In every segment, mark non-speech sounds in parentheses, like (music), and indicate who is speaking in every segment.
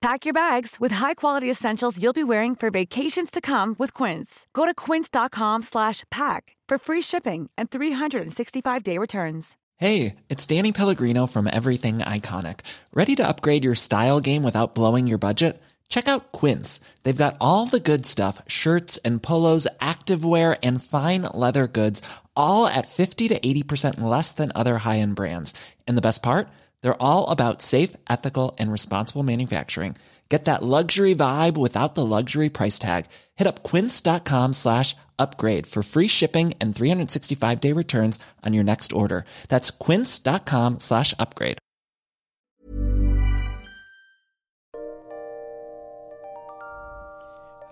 Speaker 1: Pack your bags with high-quality essentials you'll be wearing for vacations to come with Quince. Go to quince.com/pack for free shipping and 365-day returns.
Speaker 2: Hey, it's Danny Pellegrino from Everything Iconic. Ready to upgrade your style game without blowing your budget? Check out Quince. They've got all the good stuff, shirts and polos, activewear, and fine leather goods, all at 50 to 80% less than other high-end brands. And the best part? They're all about safe, ethical, and responsible manufacturing. Get that luxury vibe without the luxury price tag. Hit up quince.com slash upgrade for free shipping and 365-day returns on your next order. That's quince.com slash upgrade.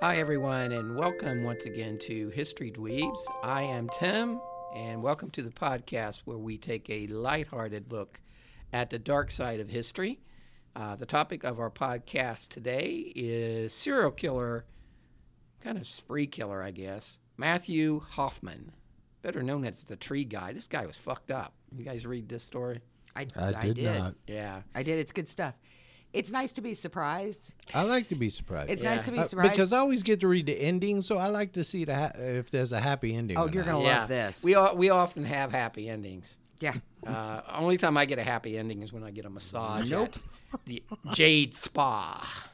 Speaker 3: Hi, everyone, and welcome once again to History Dweebs. I am Tim, and welcome to the podcast where we take a lighthearted look at the dark side of history. Uh, the topic of our podcast today is serial killer, kind of spree killer, I guess, Matthew Hoffman, better known as the tree guy. This guy was fucked up. You guys read this story?
Speaker 4: I,
Speaker 5: I did not.
Speaker 3: Yeah.
Speaker 4: I did. It's good stuff. It's nice to be surprised.
Speaker 5: I like to be surprised.
Speaker 4: It's nice to be
Speaker 5: Uh,
Speaker 4: surprised.
Speaker 5: because I always get to read the ending, so I like to see the ha- if there's a happy ending.
Speaker 4: oh,
Speaker 5: or
Speaker 4: you're
Speaker 5: not.
Speaker 4: gonna
Speaker 3: yeah.
Speaker 4: love this.
Speaker 3: We, all, we often have happy endings.
Speaker 4: yeah.
Speaker 3: Uh, only time I get a happy ending is when I get a massage. Nope. the Jade Spa.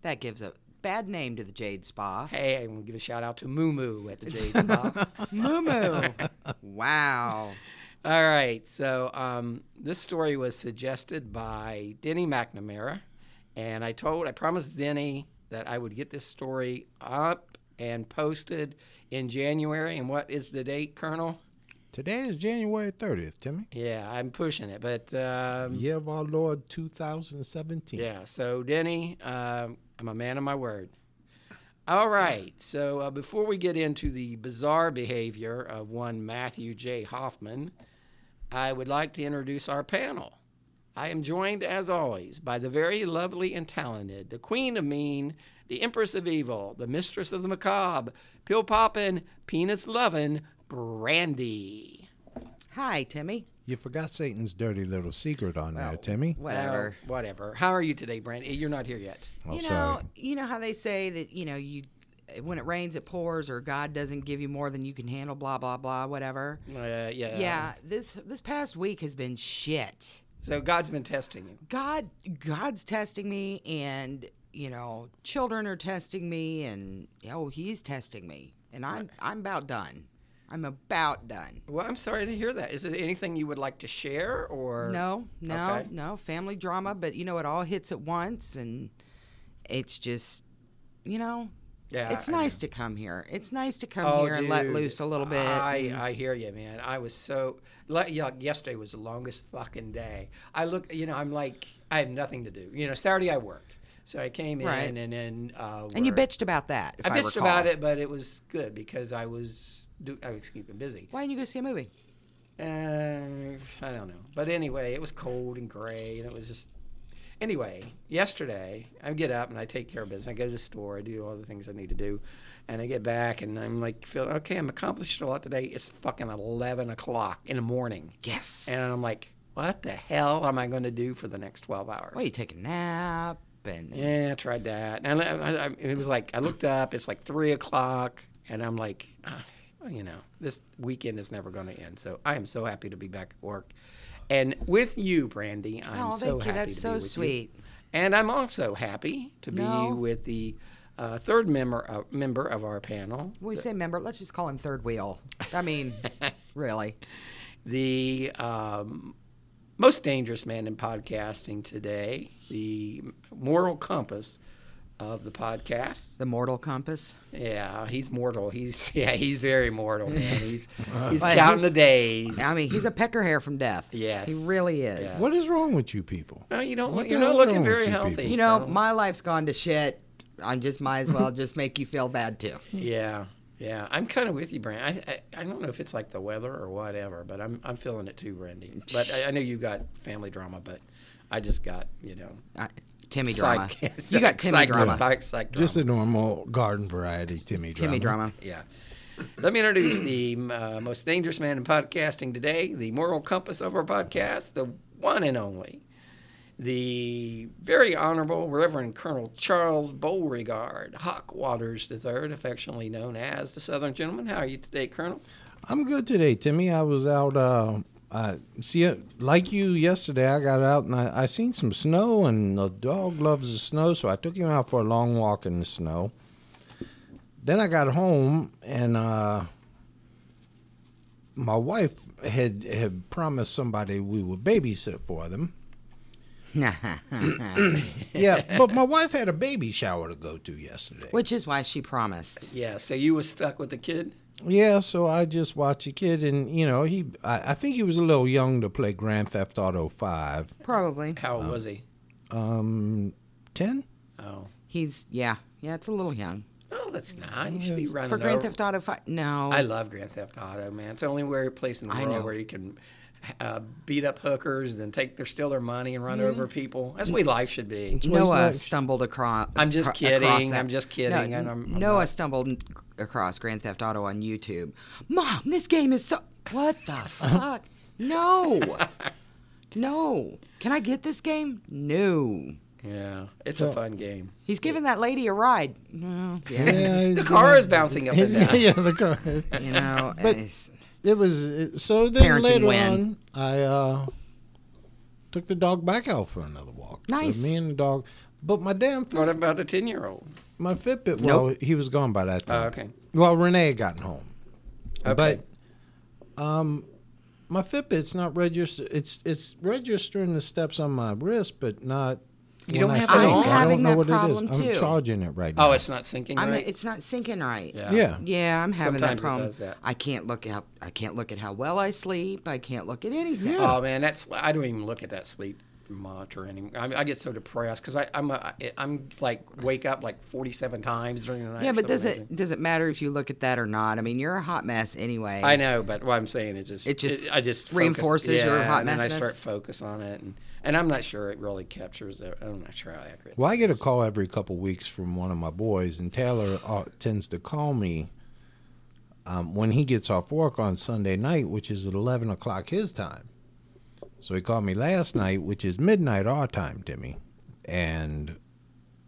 Speaker 4: That gives a bad name to the Jade Spa.
Speaker 3: Hey, I want to give a shout out to Moo Moo at the Jade Spa.
Speaker 4: Moo moo. (laughs) wow.
Speaker 3: All right, so um, this story was suggested by Denny McNamara, and I told, I promised Denny that I would get this story up and posted in January. And what is the date, Colonel?
Speaker 5: Today is January 30th, Timmy.
Speaker 3: Yeah, I'm pushing it, but um,
Speaker 4: Mm.
Speaker 5: Year of our Lord 2017.
Speaker 3: Yeah. So Denny, um, I'm a man of my word. All right. So uh, before we get into the bizarre behavior of one Matthew J. Hoffman, I would like to introduce our panel. I am joined, as always, by the very lovely and talented, the queen of mean, the empress of evil, the mistress of the macabre, pill poppin', penis lovin', Brandy.
Speaker 4: Hi, Timmy.
Speaker 5: You forgot Satan's dirty little secret on there, Timmy.
Speaker 4: Whatever.
Speaker 3: Well, whatever. How are you today, Brandy? You're not here yet.
Speaker 5: Oh,
Speaker 4: you know,
Speaker 5: sorry.
Speaker 4: you know how they say that you know you when it rains it pours or God doesn't give you more than you can handle. Blah blah blah. Whatever.
Speaker 3: Uh, yeah.
Speaker 4: yeah. This this past week has been shit.
Speaker 3: So God's been testing you.
Speaker 4: God God's testing me and you know children are testing me and oh he's testing me and I'm I'm about done. I'm about done.
Speaker 3: Well, I'm sorry to hear that. Is there anything you would like to share or
Speaker 4: No, no,
Speaker 3: Okay.
Speaker 4: no family drama, but you know it all hits at once and it's just you know
Speaker 3: Yeah,
Speaker 4: it's
Speaker 3: I
Speaker 4: nice to come here. It's nice to come
Speaker 3: Oh,
Speaker 4: here and let
Speaker 3: dude,
Speaker 4: loose a little bit.
Speaker 3: I,
Speaker 4: and-
Speaker 3: I hear you, man. I was so like yeah, yesterday was the longest fucking day. I look, you know, I'm like I have nothing to do. You know, Saturday I worked, so I came
Speaker 4: Right.
Speaker 3: in and then uh,
Speaker 4: and you
Speaker 3: worked.
Speaker 4: bitched about that. if
Speaker 3: I bitched about
Speaker 4: recall.
Speaker 3: it, but it was good because I was do, I was keeping busy.
Speaker 4: Why didn't you go see a movie?
Speaker 3: Uh, I don't know. But anyway, it was cold and gray, and it was just. Anyway, yesterday I get up and I take care of business. I go to the store, I do all the things I need to do, and I get back and I'm like, feeling okay, I'm accomplished a lot today. It's fucking eleven o'clock in the morning,
Speaker 4: Yes.
Speaker 3: and I'm like, what the hell am I going to do for the next twelve hours?
Speaker 4: Well, you take a nap and
Speaker 3: Yeah, I tried that. And I, I, I- it was like, I looked up, it's like three o'clock, and I'm like, ah, you know, this weekend is never going to end. So I am so happy to be back at work. And with you, Brandy, I'm
Speaker 4: Oh,
Speaker 3: so
Speaker 4: thank you.
Speaker 3: happy
Speaker 4: That's
Speaker 3: to
Speaker 4: so
Speaker 3: be with you.
Speaker 4: sweet.
Speaker 3: And I'm also happy to be
Speaker 4: No.
Speaker 3: with the uh, third member uh, member of our panel,
Speaker 4: When we say member, let's just call him third wheel.
Speaker 3: (laughs)
Speaker 4: I mean, really.
Speaker 3: the um, most dangerous man in podcasting today, the moral compass of the podcast,
Speaker 4: The mortal compass.
Speaker 3: Yeah, he's mortal. He's (laughs) yeah, he's very mortal, man. He's he's
Speaker 4: But
Speaker 3: counting the days.
Speaker 4: I mean, he's a pecker hair from death.
Speaker 3: Yes.
Speaker 4: He really is.
Speaker 3: Yeah.
Speaker 5: what is wrong with you people?
Speaker 3: well, you don't look,
Speaker 5: What the
Speaker 3: you're not
Speaker 5: hell's
Speaker 3: looking
Speaker 5: wrong with
Speaker 3: very
Speaker 5: you
Speaker 3: healthy.
Speaker 5: people?
Speaker 4: You know, my life's gone to shit. I just might as well just make you feel bad too.
Speaker 3: yeah, Yeah, I'm kind of with you, Brent. I, I I don't know if it's like the weather or whatever, but I'm I'm feeling it too, Brandy. But I, I know you got family drama, but I just got you know
Speaker 4: Uh, Timmy drama.
Speaker 3: psych- (laughs)
Speaker 4: you got Timmy
Speaker 3: psych-
Speaker 4: drama.
Speaker 3: psych- psych
Speaker 5: Just a
Speaker 3: drama.
Speaker 5: normal garden variety Timmy drama.
Speaker 4: Timmy drama.
Speaker 3: yeah. Let me introduce the uh, most dangerous man in podcasting today, the moral compass of our podcast, the one and only, the very honorable Reverend Colonel Charles Beauregard Hawk Waters III, affectionately known as the Southern Gentleman. How are you today, Colonel?
Speaker 5: I'm good today, Timmy. I was out. Uh, I see it like you yesterday. I got out and I, I seen some snow, and the dog loves the snow, so I took him out for a long walk in the snow. Then I got home and uh, my wife had had promised somebody we would babysit for them. Yeah, but my wife had a baby shower to go to yesterday.
Speaker 4: (laughs) Which is why she promised.
Speaker 3: Yeah, so you was stuck with the kid?
Speaker 5: Yeah, so I just watched a kid, and you know, he I, I think he was a little young to play Grand Theft Auto Five.
Speaker 4: Probably.
Speaker 3: How old was he?
Speaker 5: Um, ten.
Speaker 3: Oh.
Speaker 4: He's yeah, yeah. It's a little young
Speaker 3: Oh, that's not. You should be running
Speaker 4: for Grand
Speaker 3: over-
Speaker 4: Theft Auto Five. No,
Speaker 3: I love Grand Theft Auto, man. It's the only where- place in the world
Speaker 4: know.
Speaker 3: where you can uh, beat up hookers and then take their steal their money and run over people. That's the way life should be.
Speaker 5: what he's
Speaker 4: Noah
Speaker 5: like.
Speaker 4: stumbled across.
Speaker 3: I'm just kidding. I'm just kidding,
Speaker 4: No,
Speaker 3: and I'm- I'm
Speaker 4: Noah
Speaker 3: not-
Speaker 4: stumbled n- across Grand Theft Auto on YouTube. Mom, this game is so. What the fuck? No, no. Can I get this game? No.
Speaker 3: Yeah, it's a fun game.
Speaker 4: He's giving that lady a ride. No. Yeah.
Speaker 5: Yeah,
Speaker 3: The car is bouncing up (laughs) and down.
Speaker 5: (laughs) yeah, the car.
Speaker 3: (laughs)
Speaker 4: You know.
Speaker 5: But-
Speaker 4: it's-
Speaker 5: It was so. Then
Speaker 4: Parenting
Speaker 5: later
Speaker 4: win.
Speaker 5: on, I uh, took the dog back out for another walk. So
Speaker 4: Nice.
Speaker 5: me and the dog. But my damn, Fit-
Speaker 3: What about the ten year old?
Speaker 5: my
Speaker 4: Nope.
Speaker 5: Fitbit. Well, he was gone by that time.
Speaker 3: Oh, okay.
Speaker 5: Well, Renee had gotten home.
Speaker 3: Okay.
Speaker 5: But um, my Fitbit's not register. It's it's registering the steps on my wrist, but not.
Speaker 3: You
Speaker 5: when
Speaker 3: don't
Speaker 5: I
Speaker 3: have it
Speaker 5: sync.
Speaker 3: on? I'm
Speaker 5: I
Speaker 4: having
Speaker 5: don't know
Speaker 4: that
Speaker 5: what it
Speaker 4: problem,
Speaker 5: is. I'm
Speaker 4: too.
Speaker 5: charging it right now.
Speaker 3: oh, it's not sinking
Speaker 4: I'm,
Speaker 3: right.
Speaker 4: It's not sinking right.
Speaker 3: Yeah.
Speaker 5: yeah.
Speaker 4: Yeah, I'm having
Speaker 3: Sometimes it
Speaker 4: that problem.
Speaker 3: does that.
Speaker 4: I can't look at I can't look at how well I sleep. I can't look at anything.
Speaker 3: Oh man, that's I don't even look at that sleep monitor anymore. I, I get so depressed because I'm a, I'm like wake up like 47 times during the night.
Speaker 4: yeah,
Speaker 3: or
Speaker 4: but does
Speaker 3: something.
Speaker 4: it does it matter if you look at that or not? I mean, you're a hot mess anyway.
Speaker 3: I know, but what I'm saying is just
Speaker 4: It just
Speaker 3: I just focus-
Speaker 4: reinforces your
Speaker 3: yeah,
Speaker 4: hot
Speaker 3: and then I
Speaker 4: messiness?
Speaker 3: start focus on it, and, and I'm not sure it really captures it. I'm not sure how accurate.
Speaker 5: Well, I get a call every couple weeks from one of my boys, and Taylor uh, tends to call me um, when he gets off work on Sunday night, which is at 11 o'clock his time. So he called me last night, which is midnight our time, Timmy. And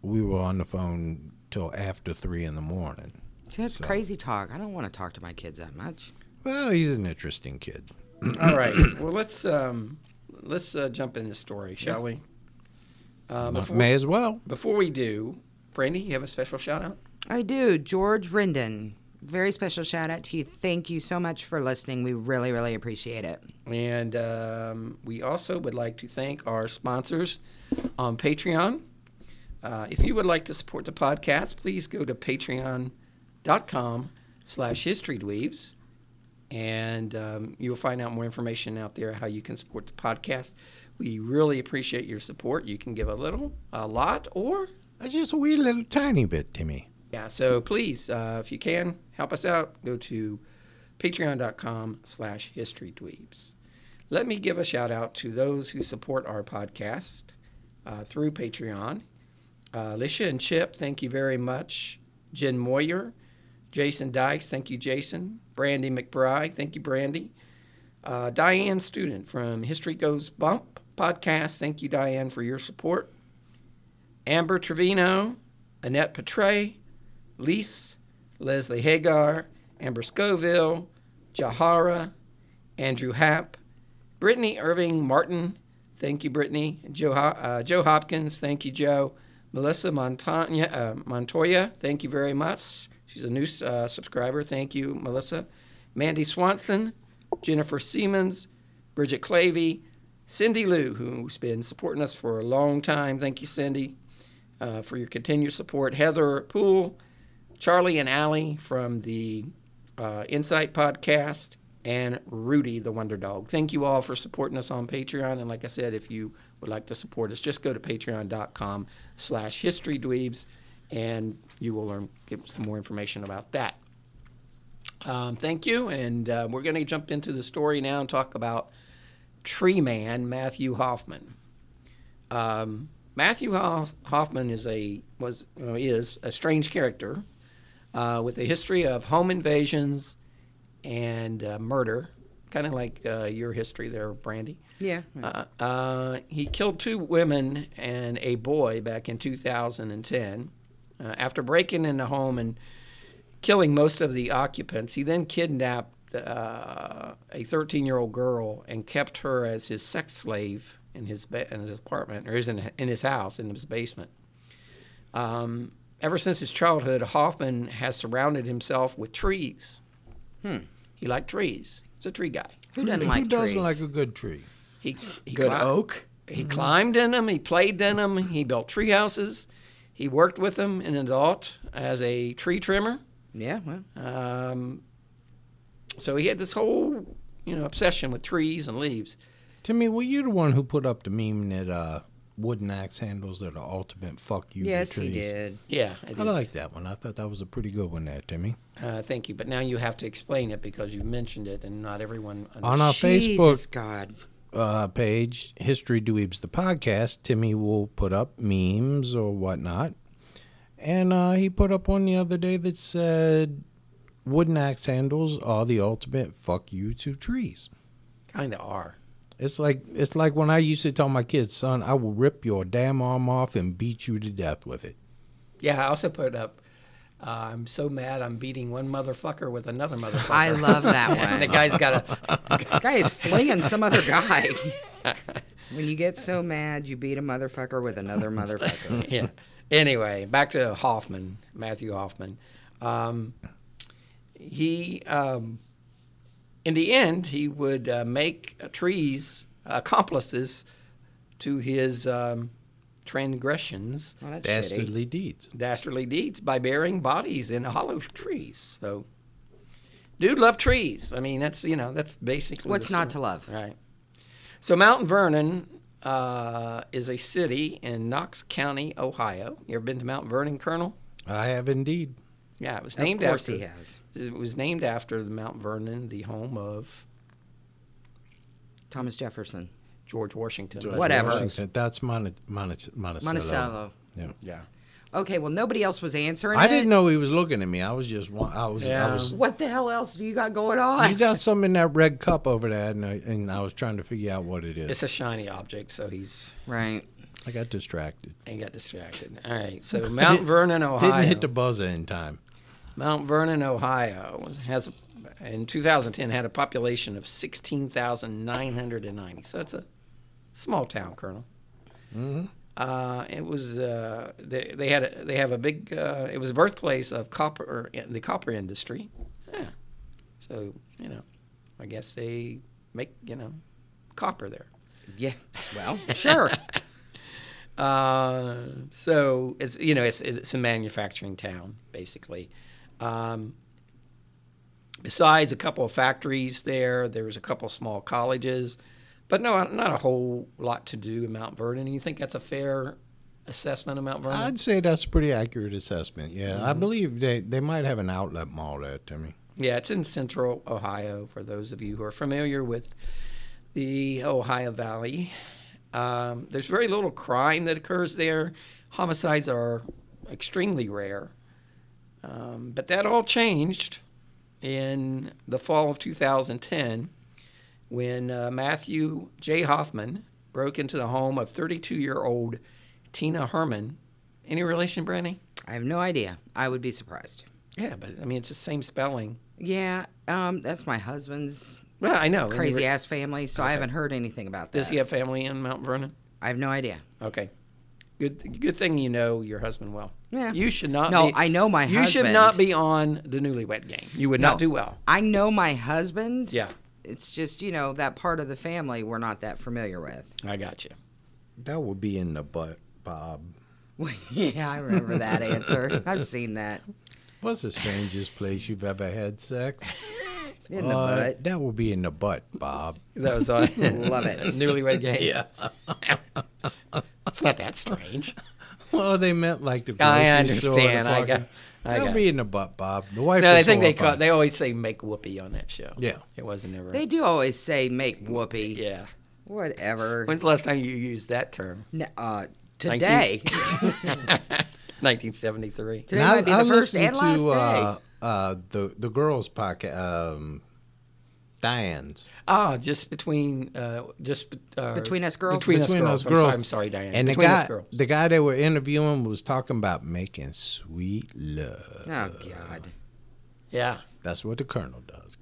Speaker 5: we were on the phone till after 3 in the morning.
Speaker 4: See, that's crazy talk. I don't want to talk to my kids that much.
Speaker 5: Well, he's an interesting kid.
Speaker 3: All
Speaker 4: (clears throat)
Speaker 3: right, well let's um, let's uh, jump in this story, shall we? Uh, before,
Speaker 5: May as well.
Speaker 3: before we do, Brandy, you have a special shout out.
Speaker 4: I do. George Rendon. Very special shout out to you. Thank you so much for listening. We really, really appreciate it.
Speaker 3: And um, we also would like to thank our sponsors on Patreon. Uh, if you would like to support the podcast, please go to patreon.com slash historydweebs. And um, you'll find out more information out there how you can support the podcast. We really appreciate your support. You can give a little, a lot, or
Speaker 5: That's Just a wee little tiny bit, Timmy.
Speaker 3: yeah, so please, uh, if you can, help us out. Go to patreon.com slash historydweebs. Let me give a shout out to those who support our podcast uh, through Patreon. Uh, Alicia and Chip, thank you very much. Jen Moyer, Jason Dykes, thank you, Jason. Brandy McBride, thank you, Brandy. Uh, Diane Student from History Goes Bump podcast, thank you, Diane, for your support. Amber Trevino, Annette Petray, Lise, Leslie Hagar, Amber Scoville, Jahara, Andrew Happ, Brittany Irving Martin, thank you, Brittany, Joe, Ho- uh, Joe Hopkins, thank you, Joe, Melissa Montagna, uh, Montoya, thank you very much. She's a new uh, subscriber, thank you, Melissa. Mandy Swanson, Jennifer Siemens, Bridget Clavey, Cindy Lou, who's been supporting us for a long time. Thank you, Cindy, uh, for your continued support. Heather Poole, Charlie and Allie from the uh, Insight Podcast, and Rudy the Wonder Dog. Thank you all for supporting us on Patreon. And like I said, if you would like to support us, just go to patreon.com slash historydweebs, and you will learn, get some more information about that. Um, thank you. And uh, we're going to jump into the story now and talk about Tree Man Matthew Hoffman. Um, Matthew Hoff- Hoffman is a was uh, is a strange character uh, with a history of home invasions and uh, murder, kind of like uh, your history there, Brandy.
Speaker 4: Yeah.
Speaker 3: Uh, uh, he killed two women and a boy back in 2010 uh, after breaking into home and killing most of the occupants. He then kidnapped uh, a 13-year-old girl and kept her as his sex slave in his ba- in his apartment or is in, in his house in his basement. Um, ever since his childhood, Hoffman has surrounded himself with trees. He liked trees. He's a tree guy.
Speaker 4: Who doesn't like
Speaker 5: Who doesn't
Speaker 4: trees?
Speaker 5: like a good tree?
Speaker 3: He, he
Speaker 6: Good
Speaker 3: cli-
Speaker 6: oak.
Speaker 3: he climbed in them. He played in them. He built tree houses. He worked with them in an adult as a tree trimmer.
Speaker 4: yeah. Well,
Speaker 3: Um, so he had this whole, you know, obsession with trees and leaves.
Speaker 5: Timmy, were you the one who put up the meme that uh, wooden axe handles are the ultimate fuck you to
Speaker 4: yes, he
Speaker 5: trees?
Speaker 4: did.
Speaker 3: Yeah, I, did.
Speaker 5: I like that one. I thought that was a pretty good one there, Timmy.
Speaker 3: Uh, thank you. But now you have to explain it because you've mentioned it, and not everyone.
Speaker 5: On our
Speaker 4: Jesus
Speaker 5: Facebook
Speaker 4: God.
Speaker 5: uh, page, History Dweebs the podcast, Timmy will put up memes or whatnot. And uh, he put up one the other day that said, Wooden axe handles are the ultimate fuck you to trees.
Speaker 3: kind of are.
Speaker 5: It's like it's like when I used to tell my kids, son, I will rip your damn arm off and beat you to death with it.
Speaker 3: Yeah, I also put up. Uh, I'm so mad. I'm beating one motherfucker with another motherfucker.
Speaker 4: I love (laughs) that
Speaker 6: And the
Speaker 4: one.
Speaker 6: guy's got a
Speaker 4: guy is flinging some other guy. when you get so mad, you beat a motherfucker with another (laughs) motherfucker.
Speaker 3: yeah. Anyway, back to Hoffman, Matthew Hoffman. Um, he, um, in the end, he would uh, make uh, trees accomplices to his um, transgressions,
Speaker 4: Well, that's
Speaker 3: eh?
Speaker 4: shitty.
Speaker 5: Dastardly deeds.
Speaker 3: dastardly deeds by burying bodies in hollow trees. So, dude loved trees. I mean, that's you know that's basically
Speaker 4: What's
Speaker 3: the
Speaker 4: not to
Speaker 3: story.
Speaker 4: love?
Speaker 3: Right. So Mount Vernon uh, is a city in Knox County, Ohio. You ever been to Mount Vernon, Colonel?
Speaker 5: I have indeed.
Speaker 3: Yeah, it was named
Speaker 4: of course
Speaker 3: after.
Speaker 4: he has.
Speaker 3: It was named after the Mount Vernon, the home of
Speaker 4: Thomas Jefferson.
Speaker 3: George Washington.
Speaker 4: Whatever.
Speaker 5: Washington. That's Mon- Mon- Monticello.
Speaker 4: Monticello.
Speaker 5: Yeah.
Speaker 3: Yeah.
Speaker 4: Okay, well, nobody else was answering.
Speaker 5: I
Speaker 4: it.
Speaker 5: didn't know he was looking at me. I was just, wa- I was, I
Speaker 3: Yeah.
Speaker 5: was.
Speaker 4: What the hell else do you got going
Speaker 5: You
Speaker 4: on?
Speaker 5: got some in that red cup over there, and I, and I was trying to figure out what it is.
Speaker 3: It's a shiny object, so he's
Speaker 4: Right.
Speaker 5: I got distracted.
Speaker 3: he got distracted. All right. So Mount Vernon, Ohio.
Speaker 5: Didn't hit the buzzer in time.
Speaker 3: Mount Vernon, Ohio has in 2010 had a population of 16,990. So it's a small town, Colonel. Uh, it was uh, they, they had a, they have a big uh, it was a birthplace of copper the copper industry. Yeah. So you know, I guess they make you know copper there.
Speaker 4: Yeah.
Speaker 3: (laughs)
Speaker 4: Well, sure.
Speaker 3: Uh, so it's you know it's it's a manufacturing town basically. Um, besides a couple of factories there, there's a couple of small colleges, but no, not a whole lot to do in Mount Vernon. You think that's a fair assessment of Mount Vernon?
Speaker 5: I'd say that's a pretty accurate assessment. Yeah,
Speaker 3: Mm-hmm.
Speaker 5: I believe they, they might have an outlet mall there, Timmy.
Speaker 3: Yeah, it's in central Ohio for those of you who are familiar with the Ohio Valley. Um, there's very little crime that occurs there. Homicides are extremely rare. Um, but that all changed in the fall of 2010 when uh, Matthew J. Hoffman broke into the home of 32 year old Tina Herman. Any relation, Brandy?
Speaker 4: I have no idea. I would be surprised.
Speaker 3: Yeah, but I mean, it's the same spelling.
Speaker 4: Yeah. Um, that's my husband's
Speaker 3: Well, I know.
Speaker 4: crazy ass family, so I haven't heard anything about that.
Speaker 3: Does he have family in Mount Vernon?
Speaker 4: I have no idea.
Speaker 3: Okay. Good good thing you know your husband well.
Speaker 4: Yeah.
Speaker 3: You should not
Speaker 4: No,
Speaker 3: be-
Speaker 4: I know my
Speaker 3: You should
Speaker 4: husband.
Speaker 3: not be on the newlywed game. You would not do well.
Speaker 4: I know my husband.
Speaker 3: Yeah.
Speaker 4: It's just, you know, that part of the family we're not that familiar with. (laughs)
Speaker 3: I got you.
Speaker 5: That would be in the butt, Bob.
Speaker 4: Well, yeah, I remember that answer. I've seen that.
Speaker 5: What's the strangest place you've ever had sex?
Speaker 3: (laughs)
Speaker 4: In the
Speaker 5: Uh,
Speaker 4: butt.
Speaker 5: That would be in the butt, Bob.
Speaker 3: That was on (laughs)
Speaker 4: Love it.
Speaker 3: newlywed game. Yeah. (laughs) it's not that strange.
Speaker 5: Well, they meant like the grocery
Speaker 3: I
Speaker 5: store. the
Speaker 3: understand. I
Speaker 5: parking-
Speaker 3: got I
Speaker 5: They'll
Speaker 3: got-
Speaker 5: be in the butt, Bob. The wife.
Speaker 3: no,
Speaker 5: is
Speaker 3: I think they call,
Speaker 5: horrified.
Speaker 3: they always say make whoopee on that show.
Speaker 5: Yeah.
Speaker 3: It wasn't ever.
Speaker 4: They do always say make whoopee.
Speaker 3: yeah.
Speaker 4: Whatever.
Speaker 3: (laughs) When's the last time you used that term?
Speaker 4: N- uh,
Speaker 3: Nineteen-
Speaker 4: today.
Speaker 3: (laughs) 1973.
Speaker 4: today
Speaker 5: And
Speaker 4: might be the first
Speaker 5: listened
Speaker 4: and last
Speaker 5: to,
Speaker 4: day.
Speaker 5: Uh, uh, the the girls' pocket, um, Diane's,
Speaker 3: Oh, just between, uh, just be- uh,
Speaker 4: Between us girls?
Speaker 3: Between,
Speaker 5: Between
Speaker 3: us girls.
Speaker 5: Us
Speaker 3: I'm,
Speaker 5: Girls.
Speaker 3: sorry, I'm sorry, Diane.
Speaker 5: and the
Speaker 3: between
Speaker 5: guy
Speaker 3: us girls.
Speaker 5: the guy they were interviewing was talking about making sweet love.
Speaker 4: Oh, God.
Speaker 3: Yeah.
Speaker 5: That's what the colonel does.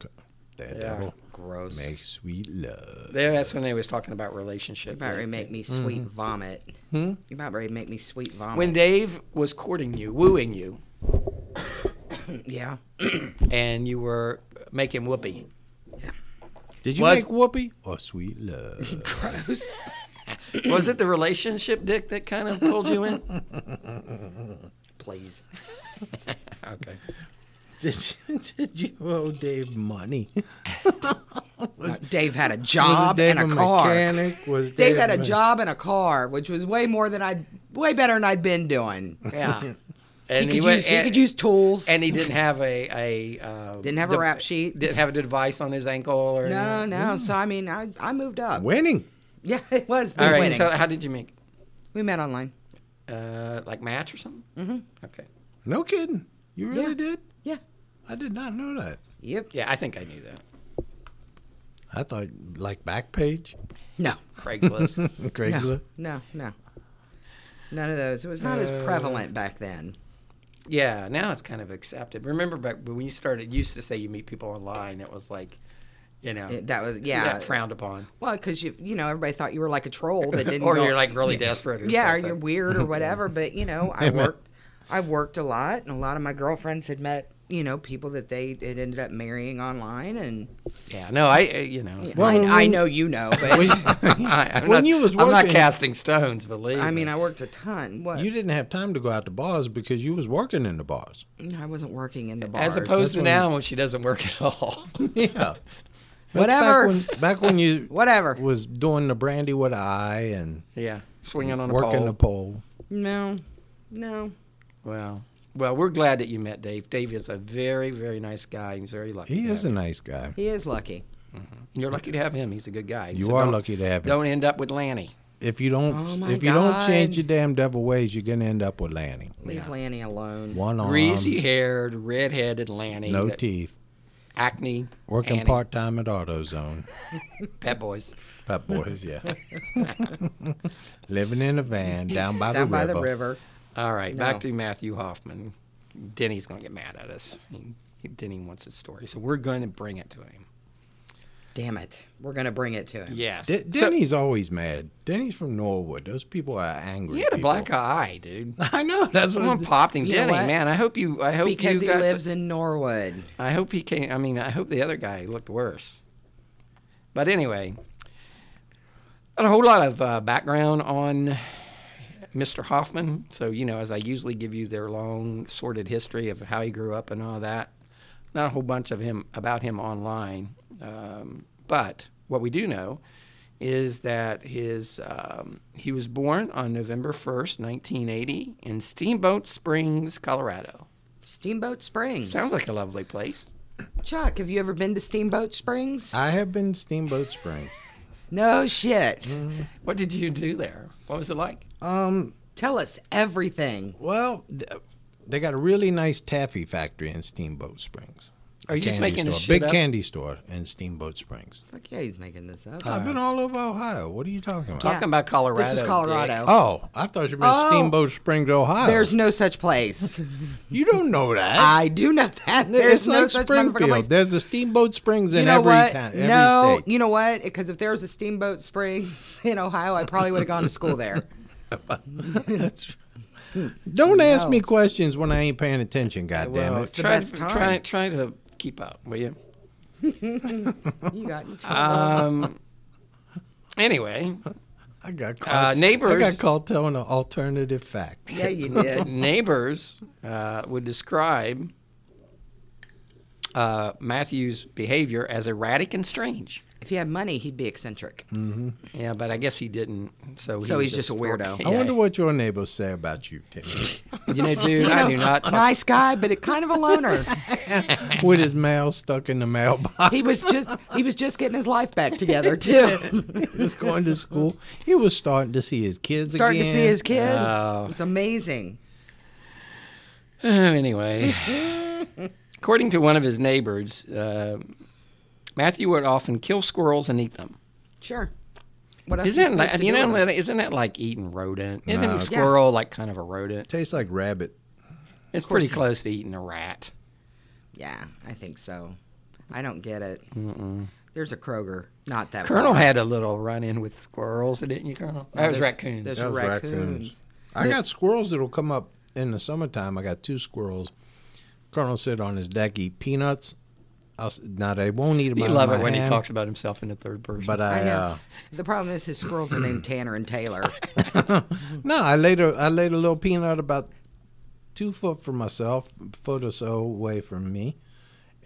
Speaker 5: That devil
Speaker 4: Gross.
Speaker 5: makes sweet love.
Speaker 3: There, that's when they was talking about relationship.
Speaker 4: You about ready to make me
Speaker 5: Mm-hmm.
Speaker 4: sweet vomit. Hmm? You about ready to make me sweet vomit.
Speaker 3: When Dave was courting you, wooing you,
Speaker 4: yeah.
Speaker 3: and you were making whoopee.
Speaker 5: Did you
Speaker 3: Was-
Speaker 5: make whoopee or sweet love?
Speaker 3: (laughs)
Speaker 4: Gross.
Speaker 3: Was it the relationship dick that kind of pulled you
Speaker 4: (laughs)
Speaker 3: in? (laughs)
Speaker 4: Please.
Speaker 3: Okay.
Speaker 5: did you did you owe Dave money?
Speaker 4: Uh, Dave had a
Speaker 5: Was it
Speaker 4: job
Speaker 5: Dave
Speaker 4: and
Speaker 5: a
Speaker 4: a car.
Speaker 5: mechanic? Was
Speaker 4: Dave had a
Speaker 5: me-
Speaker 4: job and a car, which was way more than I'd, way better than I'd been doing.
Speaker 3: Yeah. And
Speaker 4: He could,
Speaker 3: went-
Speaker 4: use, he
Speaker 3: and-
Speaker 4: could use tools.
Speaker 3: and he didn't have a, a uh,
Speaker 4: Didn't have a rap sheet.
Speaker 3: Didn't have a device on his ankle or
Speaker 4: no, no. So I mean, I, I moved up.
Speaker 5: Winning.
Speaker 4: (laughs) Yeah, it was. We
Speaker 3: All
Speaker 4: were
Speaker 3: right,
Speaker 4: winning.
Speaker 3: tell- how did you make?
Speaker 4: we met online.
Speaker 3: Uh, like match or something? Mm-hmm. Okay.
Speaker 5: No kidding. You really
Speaker 4: Yeah.
Speaker 5: did?
Speaker 4: Yeah.
Speaker 5: I did not know that.
Speaker 4: Yep.
Speaker 3: Yeah, I think I knew that.
Speaker 4: (laughs)
Speaker 5: I thought like back page,
Speaker 4: No.
Speaker 3: Craigslist.
Speaker 5: Craigslist.
Speaker 4: No. No. None of those. It was not as prevalent back then.
Speaker 3: yeah, now it's kind of accepted. Remember back when you started, you used to say you meet people online. It was like, you know,
Speaker 4: It- that uh, was yeah.
Speaker 3: that frowned upon.
Speaker 4: Well, because you you know everybody thought you were like a troll that didn't.
Speaker 3: (laughs) Or
Speaker 4: go-
Speaker 3: you're like really desperate. Or
Speaker 4: (laughs) yeah, or
Speaker 3: something.
Speaker 4: you're weird or whatever. But you know, I worked. I worked a lot, and a lot of my girlfriends had met you know people that they had ended up marrying online, and
Speaker 3: Yeah, no, I, uh, you know, (laughs)
Speaker 4: I, I know you know, but
Speaker 3: I, am
Speaker 5: When
Speaker 3: not,
Speaker 5: you was
Speaker 3: I'm not
Speaker 5: working-
Speaker 3: casting stones, believe
Speaker 4: I
Speaker 3: me.
Speaker 4: mean, I worked a ton. What?
Speaker 5: You didn't have time to go out to bars because you was working in
Speaker 4: (laughs)
Speaker 5: the bars.
Speaker 4: I wasn't working in the bars.
Speaker 3: as opposed to now when she doesn't work at all. (laughs)
Speaker 5: Yeah.
Speaker 4: Whatever.
Speaker 5: Back when, back when you
Speaker 4: (laughs) Whatever.
Speaker 5: was doing the brandy with eye and
Speaker 3: yeah, swinging on a
Speaker 5: working
Speaker 3: pole.
Speaker 5: the pole.
Speaker 4: No, no.
Speaker 3: Well, well, we're glad that you met Dave. Dave is a very, very nice guy. He's very lucky.
Speaker 5: He
Speaker 3: to
Speaker 5: is a
Speaker 3: have
Speaker 5: nice guy.
Speaker 4: He is lucky.
Speaker 3: him. You're lucky to have him. He's a good guy.
Speaker 5: You
Speaker 3: So
Speaker 5: are
Speaker 3: don't-
Speaker 5: lucky to have him.
Speaker 3: Don't end up with Lanny.
Speaker 5: If you don't,
Speaker 4: Oh, my
Speaker 5: if you don't change
Speaker 4: God.
Speaker 5: your damn devil ways, you're gonna end up with Lanny.
Speaker 4: Leave Lanny alone.
Speaker 5: One arm,
Speaker 3: Greasy-haired, red-headed Lanny.
Speaker 5: Um, no
Speaker 3: that-
Speaker 5: teeth,
Speaker 3: Acne.
Speaker 5: working
Speaker 3: Annie,
Speaker 5: part time at AutoZone.
Speaker 3: Pet boys.
Speaker 5: Pep boys, yeah. (laughs) Living in a van down by
Speaker 4: Down
Speaker 5: the
Speaker 4: by
Speaker 5: river.
Speaker 4: the river.
Speaker 3: All right, back
Speaker 4: No.
Speaker 3: to Matthew Hoffman. Denny's going to get mad at us. He- Denny wants his story, so we're going to bring it to him.
Speaker 4: Damn it. We're going to bring it to him.
Speaker 3: Yes.
Speaker 5: D-
Speaker 3: So-
Speaker 5: Denny's always mad. Denny's from Norwood. Those people are angry.
Speaker 3: He had a
Speaker 5: people.
Speaker 3: black eye, dude.
Speaker 5: (laughs) I know. That's what.
Speaker 3: Someone popped him.
Speaker 4: You know
Speaker 3: Denny,
Speaker 4: what?
Speaker 3: man. I hope you. I hope you
Speaker 4: Because he
Speaker 3: got-
Speaker 4: lives in Norwood.
Speaker 3: I hope he came. I mean, I hope the other guy looked worse. But anyway, got a whole lot of uh, background on Mr. Hoffman. So you know, as I usually give you their long, sordid history of how he grew up and all that. Not a whole bunch of him about him online, um, but what we do know is that his um, he was born on November first, nineteen eighty, in Steamboat Springs, Colorado.
Speaker 4: Steamboat Springs.
Speaker 3: Sounds like a lovely place.
Speaker 4: Chuck, have you ever been to Steamboat Springs?
Speaker 5: I have been to Steamboat Springs.
Speaker 4: No shit.
Speaker 3: What did you do there? What was it like?
Speaker 5: Um.
Speaker 4: Tell us everything.
Speaker 5: Well, th- they got a really nice taffy factory in Steamboat Springs.
Speaker 3: Are you just making
Speaker 5: store,
Speaker 3: this shit
Speaker 5: big
Speaker 3: up?
Speaker 5: candy store in Steamboat Springs.
Speaker 4: Fuck yeah, he's making this up.
Speaker 5: I've been all over Ohio. What are you talking about?
Speaker 3: Talking about Colorado.
Speaker 4: this is
Speaker 3: Dick.
Speaker 4: Colorado.
Speaker 5: Oh, I thought you meant
Speaker 4: Oh.
Speaker 5: Steamboat Springs, Ohio.
Speaker 4: There's no such place.
Speaker 5: you don't know that.
Speaker 4: I do (laughs) know that. There's
Speaker 5: it's
Speaker 4: no
Speaker 5: like
Speaker 4: such motherfucking
Speaker 5: Springfield.
Speaker 4: place.
Speaker 5: There's a Steamboat Springs in
Speaker 4: you know
Speaker 5: every
Speaker 4: what?
Speaker 5: town, every
Speaker 4: no,
Speaker 5: state.
Speaker 4: you know what? Because if there was a Steamboat Springs (laughs) in Ohio, I probably would have gone to school there.
Speaker 5: Don't ask me questions when I ain't paying attention, God damn
Speaker 3: Well,
Speaker 5: it!
Speaker 3: Oh, try,
Speaker 4: best
Speaker 3: try- Try,
Speaker 4: time.
Speaker 3: to keep up, will you?
Speaker 4: You (laughs) got in trouble.
Speaker 3: (laughs) Um. anyway,
Speaker 5: I got
Speaker 3: Uh,
Speaker 5: called, I
Speaker 3: neighbors-
Speaker 5: got called telling an alternative fact.
Speaker 4: yeah, you did.
Speaker 3: neighbors uh, would describe uh, Matthew's behavior as erratic and strange.
Speaker 4: If he had money, he'd be eccentric.
Speaker 3: Yeah, but I guess he didn't. So,
Speaker 4: So
Speaker 3: he
Speaker 4: he's
Speaker 3: was
Speaker 4: just a weirdo.
Speaker 3: Yeah.
Speaker 5: I wonder what your neighbors say about you, Timmy,
Speaker 3: (laughs) You know, dude, I do not talk.
Speaker 4: Nice guy, but it kind of a loner.
Speaker 5: with his mail stuck in the
Speaker 4: (laughs)
Speaker 5: mailbox.
Speaker 4: he was just he was just getting his life
Speaker 3: (laughs)
Speaker 4: back together too.
Speaker 5: He was going to school. He was starting to see his kids
Speaker 4: Starting
Speaker 5: again.
Speaker 4: to see his kids.
Speaker 3: Oh.
Speaker 4: It was amazing.
Speaker 3: (laughs) anyway, according to one of his neighbors, uh, Matthew would often kill squirrels and eat them.
Speaker 4: Sure. What else
Speaker 3: Isn't
Speaker 4: you
Speaker 3: that
Speaker 4: supposed
Speaker 3: like,
Speaker 4: to
Speaker 3: you
Speaker 4: do
Speaker 3: know
Speaker 4: with
Speaker 3: that- isn't that like eating rodent? Isn't
Speaker 5: No.
Speaker 3: a squirrel like kind of a rodent?
Speaker 5: Tastes like rabbit.
Speaker 3: It's pretty close to eating a rat.
Speaker 4: Yeah, I think so. I don't get it. There's a Kroger, not that
Speaker 3: Colonel
Speaker 4: far.
Speaker 3: had a little run in with squirrels, didn't you, Colonel? That was raccoons.
Speaker 4: There's
Speaker 5: That was
Speaker 4: raccoons.
Speaker 5: raccoons. I got squirrels that'll come up in the summertime. I got two squirrels. Colonel said on his deck eat peanuts. I'll, s- now they won't eat them.
Speaker 3: You
Speaker 5: out of
Speaker 3: love
Speaker 5: my
Speaker 3: it when he
Speaker 5: hand,
Speaker 3: talks about himself in the third person.
Speaker 5: But
Speaker 4: I
Speaker 5: I,
Speaker 4: know.
Speaker 5: uh,
Speaker 4: the problem is his squirrels are named Tanner and
Speaker 5: (laughs)
Speaker 4: Taylor.
Speaker 5: no, I laid a I laid a little peanut about two foot from myself, foot or so away from me,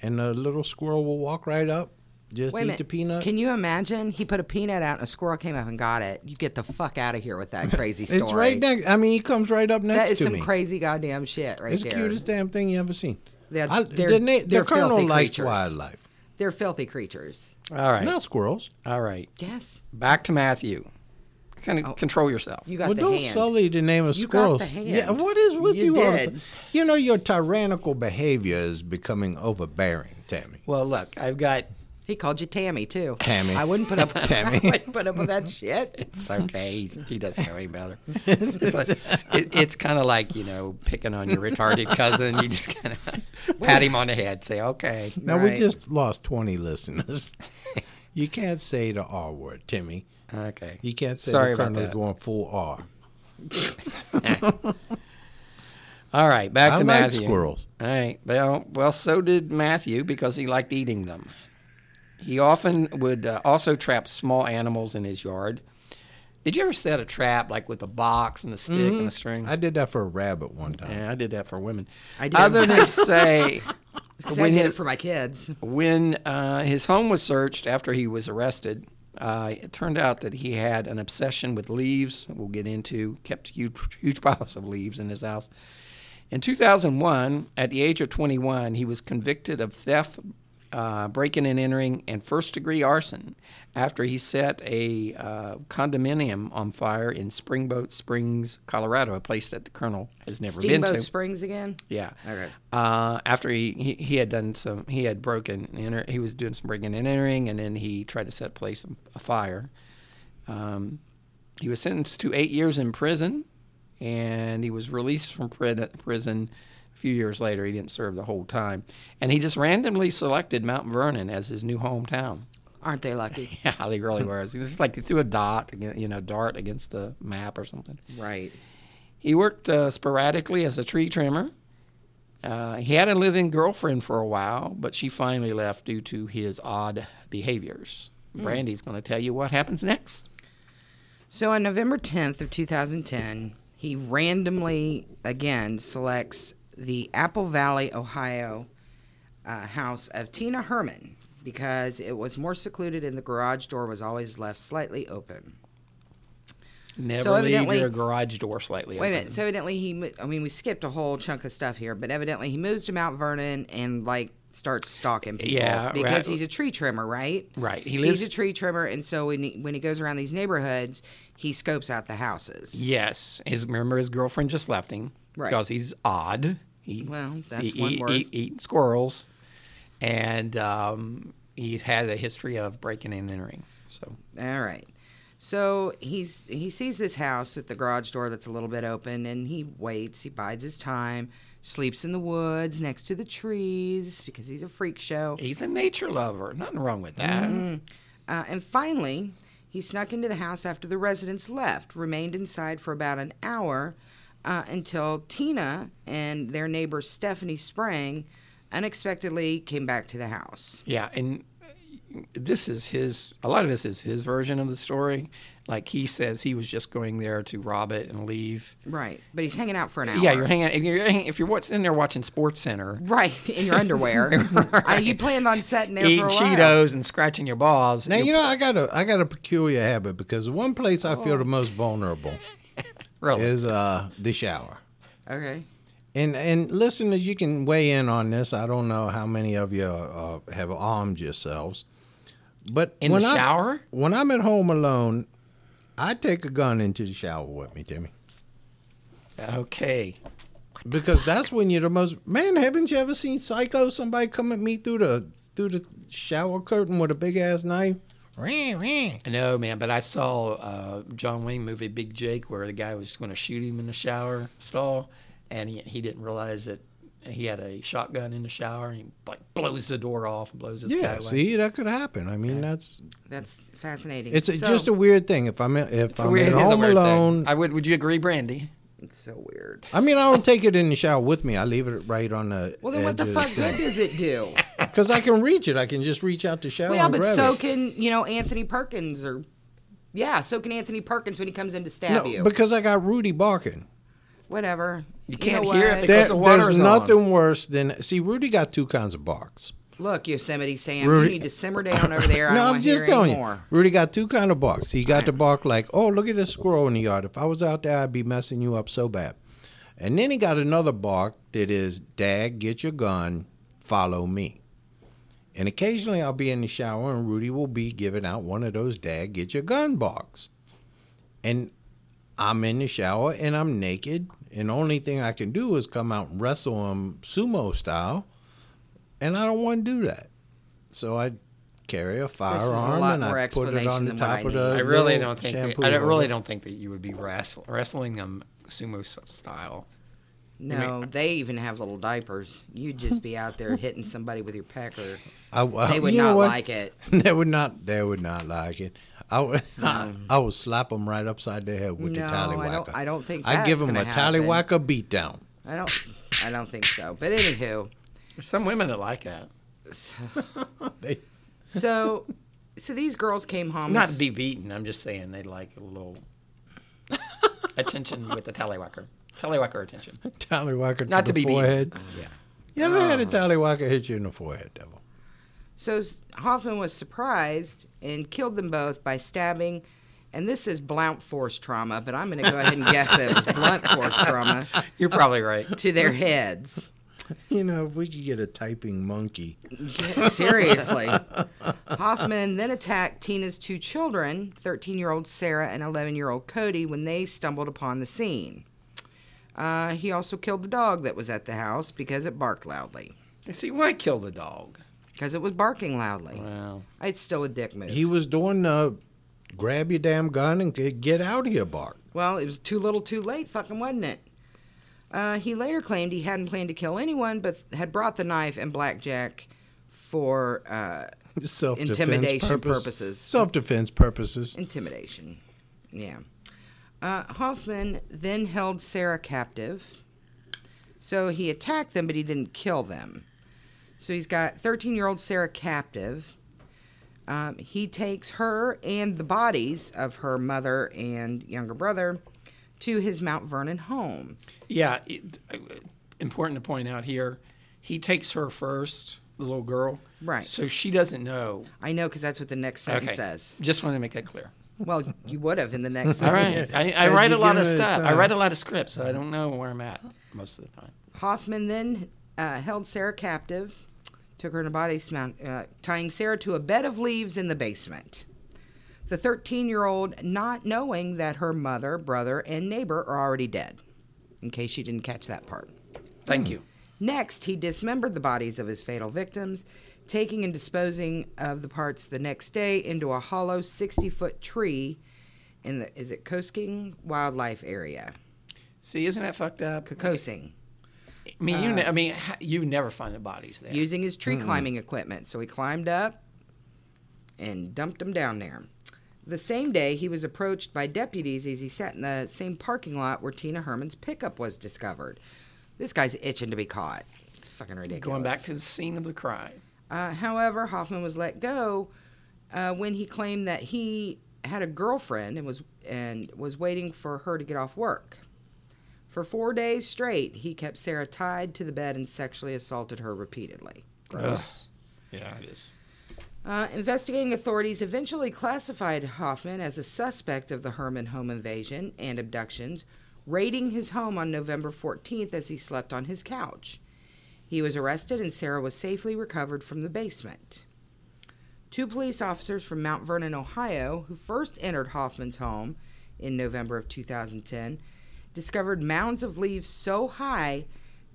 Speaker 5: and the little squirrel will walk right up, just
Speaker 4: Wait a
Speaker 5: eat
Speaker 4: minute.
Speaker 5: the peanut.
Speaker 4: Can you imagine? He put a peanut out and a squirrel came up and got it. You get the fuck out of here with
Speaker 5: (laughs)
Speaker 4: that crazy story.
Speaker 5: it's right next. I mean, he comes right up next
Speaker 4: That is
Speaker 5: to
Speaker 4: some
Speaker 5: me.
Speaker 4: crazy goddamn shit right
Speaker 5: it's the
Speaker 4: there.
Speaker 5: cutest damn thing you ever seen.
Speaker 4: They're-
Speaker 5: I,
Speaker 4: they're-
Speaker 5: the na- the
Speaker 4: they're
Speaker 5: colonel
Speaker 4: filthy
Speaker 5: likes
Speaker 4: creatures.
Speaker 5: wildlife,
Speaker 4: They're filthy creatures.
Speaker 3: all right,
Speaker 5: not squirrels.
Speaker 3: all right.
Speaker 4: Yes.
Speaker 3: Back to Matthew. Kind of control yourself.
Speaker 4: You got
Speaker 5: well,
Speaker 4: the
Speaker 5: don't
Speaker 4: hand.
Speaker 5: sully the name of
Speaker 4: You got
Speaker 5: squirrels.
Speaker 4: the
Speaker 5: Yeah,
Speaker 4: hand.
Speaker 5: what is with
Speaker 4: You
Speaker 5: you? all of a
Speaker 4: did.
Speaker 5: sudden? You know your tyrannical behavior is becoming overbearing, Tammy.
Speaker 3: well, look, I've got.
Speaker 4: He called you Tammy too.
Speaker 5: Tammy.
Speaker 4: I wouldn't put up
Speaker 5: (laughs) Tammy.
Speaker 4: (laughs) I wouldn't put up with that
Speaker 5: (laughs)
Speaker 4: shit.
Speaker 3: It's okay. He's, he doesn't know any better. It's, like- it- it's kind of like you know picking on your retarded cousin. You just
Speaker 5: (laughs)
Speaker 3: kind of pat him on the head, say okay.
Speaker 5: Now we
Speaker 4: Right.
Speaker 5: just lost twenty listeners. (laughs) you can't say the R word, Timmy.
Speaker 3: Okay.
Speaker 5: You can't say
Speaker 3: Sorry
Speaker 5: the
Speaker 3: about
Speaker 5: colonel's
Speaker 3: that.
Speaker 5: going full R.
Speaker 3: All right, back
Speaker 5: I
Speaker 3: to
Speaker 5: like
Speaker 3: Matthew.
Speaker 5: squirrels.
Speaker 3: All right. Well, well, so did Matthew because he liked eating them. He often would uh, also trap small animals in his yard. Did you ever set a trap like with a box and a stick and a string?
Speaker 5: Mm-hmm. I did that for a rabbit one time.
Speaker 3: yeah, I did that for women.
Speaker 4: I did.
Speaker 3: Other
Speaker 5: (laughs)
Speaker 3: than say,
Speaker 4: 'Cause I
Speaker 3: when
Speaker 4: did it
Speaker 3: his-
Speaker 4: for my kids.
Speaker 3: when uh, his home was searched after he was arrested, uh, it turned out that he had an obsession with leaves. We'll get into kept huge, huge piles of leaves in his house. In 2001, at the age of 21, he was convicted of theft, uh, breaking and entering, and first degree arson after he set a uh, condominium on fire in Springboat Springs, Colorado, a place that the colonel has never been to.
Speaker 4: Steamboat Springs again.
Speaker 3: Yeah.
Speaker 4: Okay.
Speaker 3: Uh, after he, he he had done some, he had broken and enter, he was doing some breaking and entering, and then he tried to set place afire. Um, he was sentenced to eight years in prison, and he was released from pri- prison a few years later. He didn't serve the whole time, and he just randomly selected Mount Vernon as his new hometown. (laughs)
Speaker 4: Aren't they lucky?
Speaker 3: Yeah, they really were. It's just like he threw a dot, against, you know, dart against the map or something.
Speaker 4: right.
Speaker 3: He worked uh, sporadically as a tree trimmer. Uh, he had a living girlfriend for a while, but she finally left due to his odd behaviors. Brandy's going to tell you what happens next.
Speaker 4: So on November 10th of 2010, he randomly again selects the Apple Valley, Ohio uh, house of Tina Herman because it was more secluded and the garage door was always left slightly open.
Speaker 3: Never
Speaker 4: So
Speaker 3: leave
Speaker 4: evidently-
Speaker 3: your garage door slightly
Speaker 4: Wait a
Speaker 3: open.
Speaker 4: minute. So evidently he, mo- I mean, we skipped a whole chunk of stuff here, but evidently he moves to Mount Vernon and like starts stalking people.
Speaker 3: Yeah,
Speaker 4: because
Speaker 3: right.
Speaker 4: he's a tree trimmer, right?
Speaker 3: Right. He
Speaker 4: He
Speaker 3: lives.
Speaker 4: he's a tree trimmer, and so when he, when he goes around these neighborhoods, he scopes out the houses.
Speaker 3: yes. His remember his girlfriend just left him
Speaker 4: Right.
Speaker 3: because he's odd. He
Speaker 4: Well,
Speaker 3: he
Speaker 4: that's
Speaker 3: eat,
Speaker 4: one word.
Speaker 3: Eat, eat squirrels, and um, he's had a history of breaking and entering. So
Speaker 4: All right. So he's he sees this house with the garage door that's a little bit open, and he waits. He bides his time, sleeps in the woods next to the trees because he's a freak show.
Speaker 3: he's a nature lover. Nothing wrong with that.
Speaker 4: Uh, and finally, he snuck into the house after the residents left, remained inside for about an hour uh, until Tina and their neighbor Stephanie Sprang unexpectedly came back to the house.
Speaker 3: Yeah, and uh, this is his a lot of this is his version of the story. Like he says he was just going there to rob it and leave.
Speaker 4: Right. But he's hanging out for an hour.
Speaker 3: Yeah, you're hanging if you're hanging, if you're what's in there watching Sports Center.
Speaker 4: (laughs) Right, in your underwear. Uh, you planned on setting there
Speaker 3: Eating
Speaker 4: for a while.
Speaker 3: Cheetos and scratching your balls.
Speaker 5: Now you know I got a I got a peculiar habit because the one place I feel the most vulnerable
Speaker 3: Really.
Speaker 5: is uh the shower.
Speaker 4: Okay.
Speaker 5: And and listeners, you can weigh in on this. I don't know how many of you uh, have armed yourselves, but
Speaker 3: In the
Speaker 5: when I-
Speaker 3: shower?
Speaker 5: when I'm at home alone, I take a gun into the shower with me, Timmy,
Speaker 3: Okay.
Speaker 5: because that's when you're the most man. Haven't you ever seen Psycho? Somebody come at me through the through the shower curtain with a big ass knife. Wah, wah.
Speaker 3: I know, man, but I saw uh, John Wayne movie Big Jake where the guy was going to shoot him in the shower stall, and he, he didn't realize that he had a shotgun in the shower. And he like blows the door off and blows this guy
Speaker 5: Yeah,
Speaker 3: away.
Speaker 5: see, that could happen. I mean, that's
Speaker 4: That's fascinating.
Speaker 5: it's a,
Speaker 4: so,
Speaker 5: just a weird thing. If I'm in- if I'm
Speaker 3: Weird,
Speaker 5: at
Speaker 3: it is a
Speaker 5: home
Speaker 3: weird thing.
Speaker 5: alone,
Speaker 3: I would. Would you agree, Brandy?
Speaker 4: It's so weird.
Speaker 5: I mean, I don't take it in the shower with me. I leave it right on the.
Speaker 4: Well, then what the fuck good does it do?
Speaker 5: Because I can reach it. I can just reach out to shower.
Speaker 4: Well, yeah,
Speaker 5: and
Speaker 4: but
Speaker 5: grab
Speaker 4: so
Speaker 5: it.
Speaker 4: can, you know, Anthony Perkins or. Yeah, so can Anthony Perkins when he comes in to stab
Speaker 5: No,
Speaker 4: you.
Speaker 5: because I got Rudy barking.
Speaker 4: Whatever. You
Speaker 3: can't
Speaker 4: know
Speaker 3: hear it
Speaker 4: what?
Speaker 3: because-
Speaker 5: There,
Speaker 3: the water's
Speaker 5: there's
Speaker 3: on.
Speaker 5: nothing worse than see. Rudy got two kinds of barks.
Speaker 4: Look, Yosemite Sam,
Speaker 5: Rudy-
Speaker 4: you need to simmer down over
Speaker 5: (laughs)
Speaker 4: there. I
Speaker 5: no,
Speaker 4: don't
Speaker 5: I'm
Speaker 4: wanna
Speaker 5: just
Speaker 4: hear
Speaker 5: telling
Speaker 4: anymore.
Speaker 5: you. Rudy got two kind of barks. He got the bark like, "Oh, look at this squirrel in the yard. If I was out there, I'd be messing you up so bad." And then he got another bark that is, "Dad, get your gun, follow me." And occasionally, I'll be in the shower, and Rudy will be giving out one of those "Dad, get your gun" barks. And I'm in the shower, and I'm naked, and the only thing I can do is come out and wrestle him sumo style, and I don't want to do that. So I carry a
Speaker 4: is a
Speaker 5: firearm
Speaker 4: lot
Speaker 5: and
Speaker 4: more
Speaker 5: I put it
Speaker 4: explanation
Speaker 5: on the
Speaker 4: than what I
Speaker 5: top of
Speaker 4: need.
Speaker 5: the.
Speaker 4: I
Speaker 3: I really
Speaker 5: little
Speaker 3: don't think.
Speaker 5: shampoo
Speaker 3: I don't, really
Speaker 5: (laughs) roller.
Speaker 3: don't think that you would be wrestling wrestling them sumo s- style.
Speaker 4: No, they even have little diapers. You'd just be out there hitting somebody with your pecker.
Speaker 5: (laughs) I, I-
Speaker 4: They would
Speaker 5: you know
Speaker 4: not
Speaker 5: what?
Speaker 4: like it.
Speaker 5: They would not. They would not like it. I would, (laughs) I would slap them right upside their head with
Speaker 4: Mm. No,
Speaker 5: the
Speaker 4: I don't-
Speaker 5: tallywhacker.
Speaker 4: I don't think
Speaker 5: I give
Speaker 4: that's
Speaker 5: them a
Speaker 4: gonna happen.
Speaker 5: tallywhacker beat down.
Speaker 4: I don't. I don't think so. But anywho,
Speaker 3: There's some women that like that.
Speaker 5: They,
Speaker 4: so so these girls came home.
Speaker 3: Not
Speaker 4: and
Speaker 3: to be beaten. I'm just saying they like a (laughs) little attention with the tallywhacker. Tallywhacker attention.
Speaker 5: (laughs) tallywhacker
Speaker 3: Not
Speaker 5: to
Speaker 3: to
Speaker 5: the
Speaker 3: be beaten.
Speaker 5: forehead.
Speaker 3: Yeah.
Speaker 5: You ever had
Speaker 4: Oh.
Speaker 5: a tallywhacker hit you in the forehead, devil?
Speaker 4: So S- Hoffman was surprised and killed them both by stabbing. And this is blunt force trauma, but I'm going to go ahead and guess that it was blunt force trauma
Speaker 3: (laughs) You're probably right.
Speaker 4: to their heads.
Speaker 5: You know, if we could get a typing monkey.
Speaker 4: (laughs) Seriously. Hoffman then attacked Tina's two children, 13 year old Sarah and 11 year old Cody, when they stumbled upon the scene. Uh, he also killed the dog that was at the house because it barked loudly.
Speaker 3: You see, why kill the dog?
Speaker 4: Because it was barking loudly.
Speaker 3: Well,
Speaker 4: It's still a dick move.
Speaker 5: He was doing the grab your damn gun and get- get out of here (laughs) bark.
Speaker 4: well, it was too little too late, fucking wasn't it? Uh, he later claimed he hadn't planned to kill anyone, but had brought the knife and blackjack for uh,
Speaker 5: Self
Speaker 4: Intimidation purposes.
Speaker 5: Self defense purposes.
Speaker 4: Intimidation. Yeah. Uh, Hoffman then held Sarah captive. So he attacked them, but he didn't kill them. So he's got 13 year old Sarah captive. Um, he takes her and the bodies of her mother and younger brother to his Mount Vernon home.
Speaker 3: yeah. It, uh, important to point out here, he takes her first, the little girl.
Speaker 4: Right.
Speaker 3: So she doesn't know.
Speaker 4: I know because that's what the next sentence says.
Speaker 3: Just want to make that clear.
Speaker 4: Well, you would have in the next
Speaker 3: All
Speaker 4: sentence.
Speaker 3: right. I, I
Speaker 5: As
Speaker 3: write a
Speaker 5: you
Speaker 3: lot
Speaker 5: give
Speaker 3: of
Speaker 5: it uh,
Speaker 3: stuff. I
Speaker 5: time.
Speaker 3: write a lot of scripts, so I don't know where I'm at most of the time.
Speaker 4: Hoffman then uh, held Sarah captive, took her in a body mount, uh, tying Sarah to a bed of leaves in the basement. The 13 year old, not knowing that her mother, brother, and neighbor are already dead, in case you didn't catch that part.
Speaker 3: Thank you.
Speaker 4: Next, he dismembered the bodies of his fatal victims, taking and disposing of the parts the next day into a hollow 60 foot tree in the, is it Kosking Wildlife Area?
Speaker 3: See, isn't that fucked up?
Speaker 4: Kosing.
Speaker 3: I mean, you. Ne- I mean, ha- you never find the bodies there.
Speaker 4: using his tree climbing equipment. So he climbed up and dumped him down there. The same day, he was approached by deputies as he sat in the same parking lot where Tina Herman's pickup was discovered. This guy's itching to be caught. It's fucking ridiculous.
Speaker 3: Going back to the scene of the crime.
Speaker 4: Uh, however, Hoffman was let go uh, when he claimed that he had a girlfriend and was and was waiting for her to get off work. For four days straight, he kept Sarah tied to the bed and sexually assaulted her repeatedly. Gross.
Speaker 3: Yeah, it is.
Speaker 4: Uh, investigating authorities eventually classified Hoffman as a suspect of the Herman home invasion and abductions, raiding his home on November 14th as he slept on his couch. He was arrested and Sarah was safely recovered from the basement. Two police officers from Mount Vernon, Ohio, who first entered Hoffman's home in November of 2010, discovered mounds of leaves so high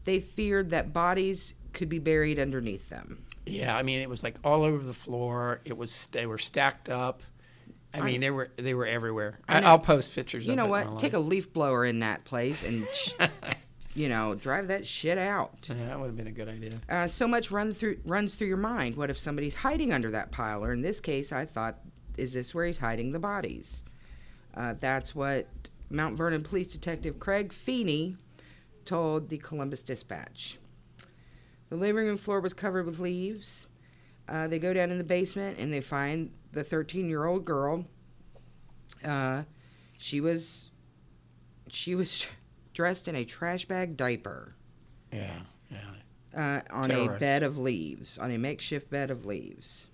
Speaker 4: they feared that bodies could be buried underneath them.
Speaker 3: Yeah, I mean, it was like all over the floor. It was they were stacked up. I mean, they were they were everywhere. I I'll post pictures.
Speaker 4: You
Speaker 3: of
Speaker 4: know
Speaker 3: it
Speaker 4: what?
Speaker 3: Online.
Speaker 4: Take a leaf blower in that place and,
Speaker 3: (laughs)
Speaker 4: sh- you know, drive that shit out.
Speaker 3: Yeah, that would have been a good idea.
Speaker 4: Uh, so much run through runs through your mind. What if somebody's hiding under that pile? Or in this case, I thought, is this where he's hiding the bodies? Uh, that's what Mount Vernon Police Detective Craig Feeney told the Columbus Dispatch. The living room floor was covered with leaves. Uh, they go down in the basement and they find the 13 year old girl. Uh, she was she was (laughs) dressed in a trash bag diaper
Speaker 3: Yeah, yeah.
Speaker 4: uh, on a
Speaker 3: Terrorized.
Speaker 4: bed of leaves, on a makeshift bed of leaves.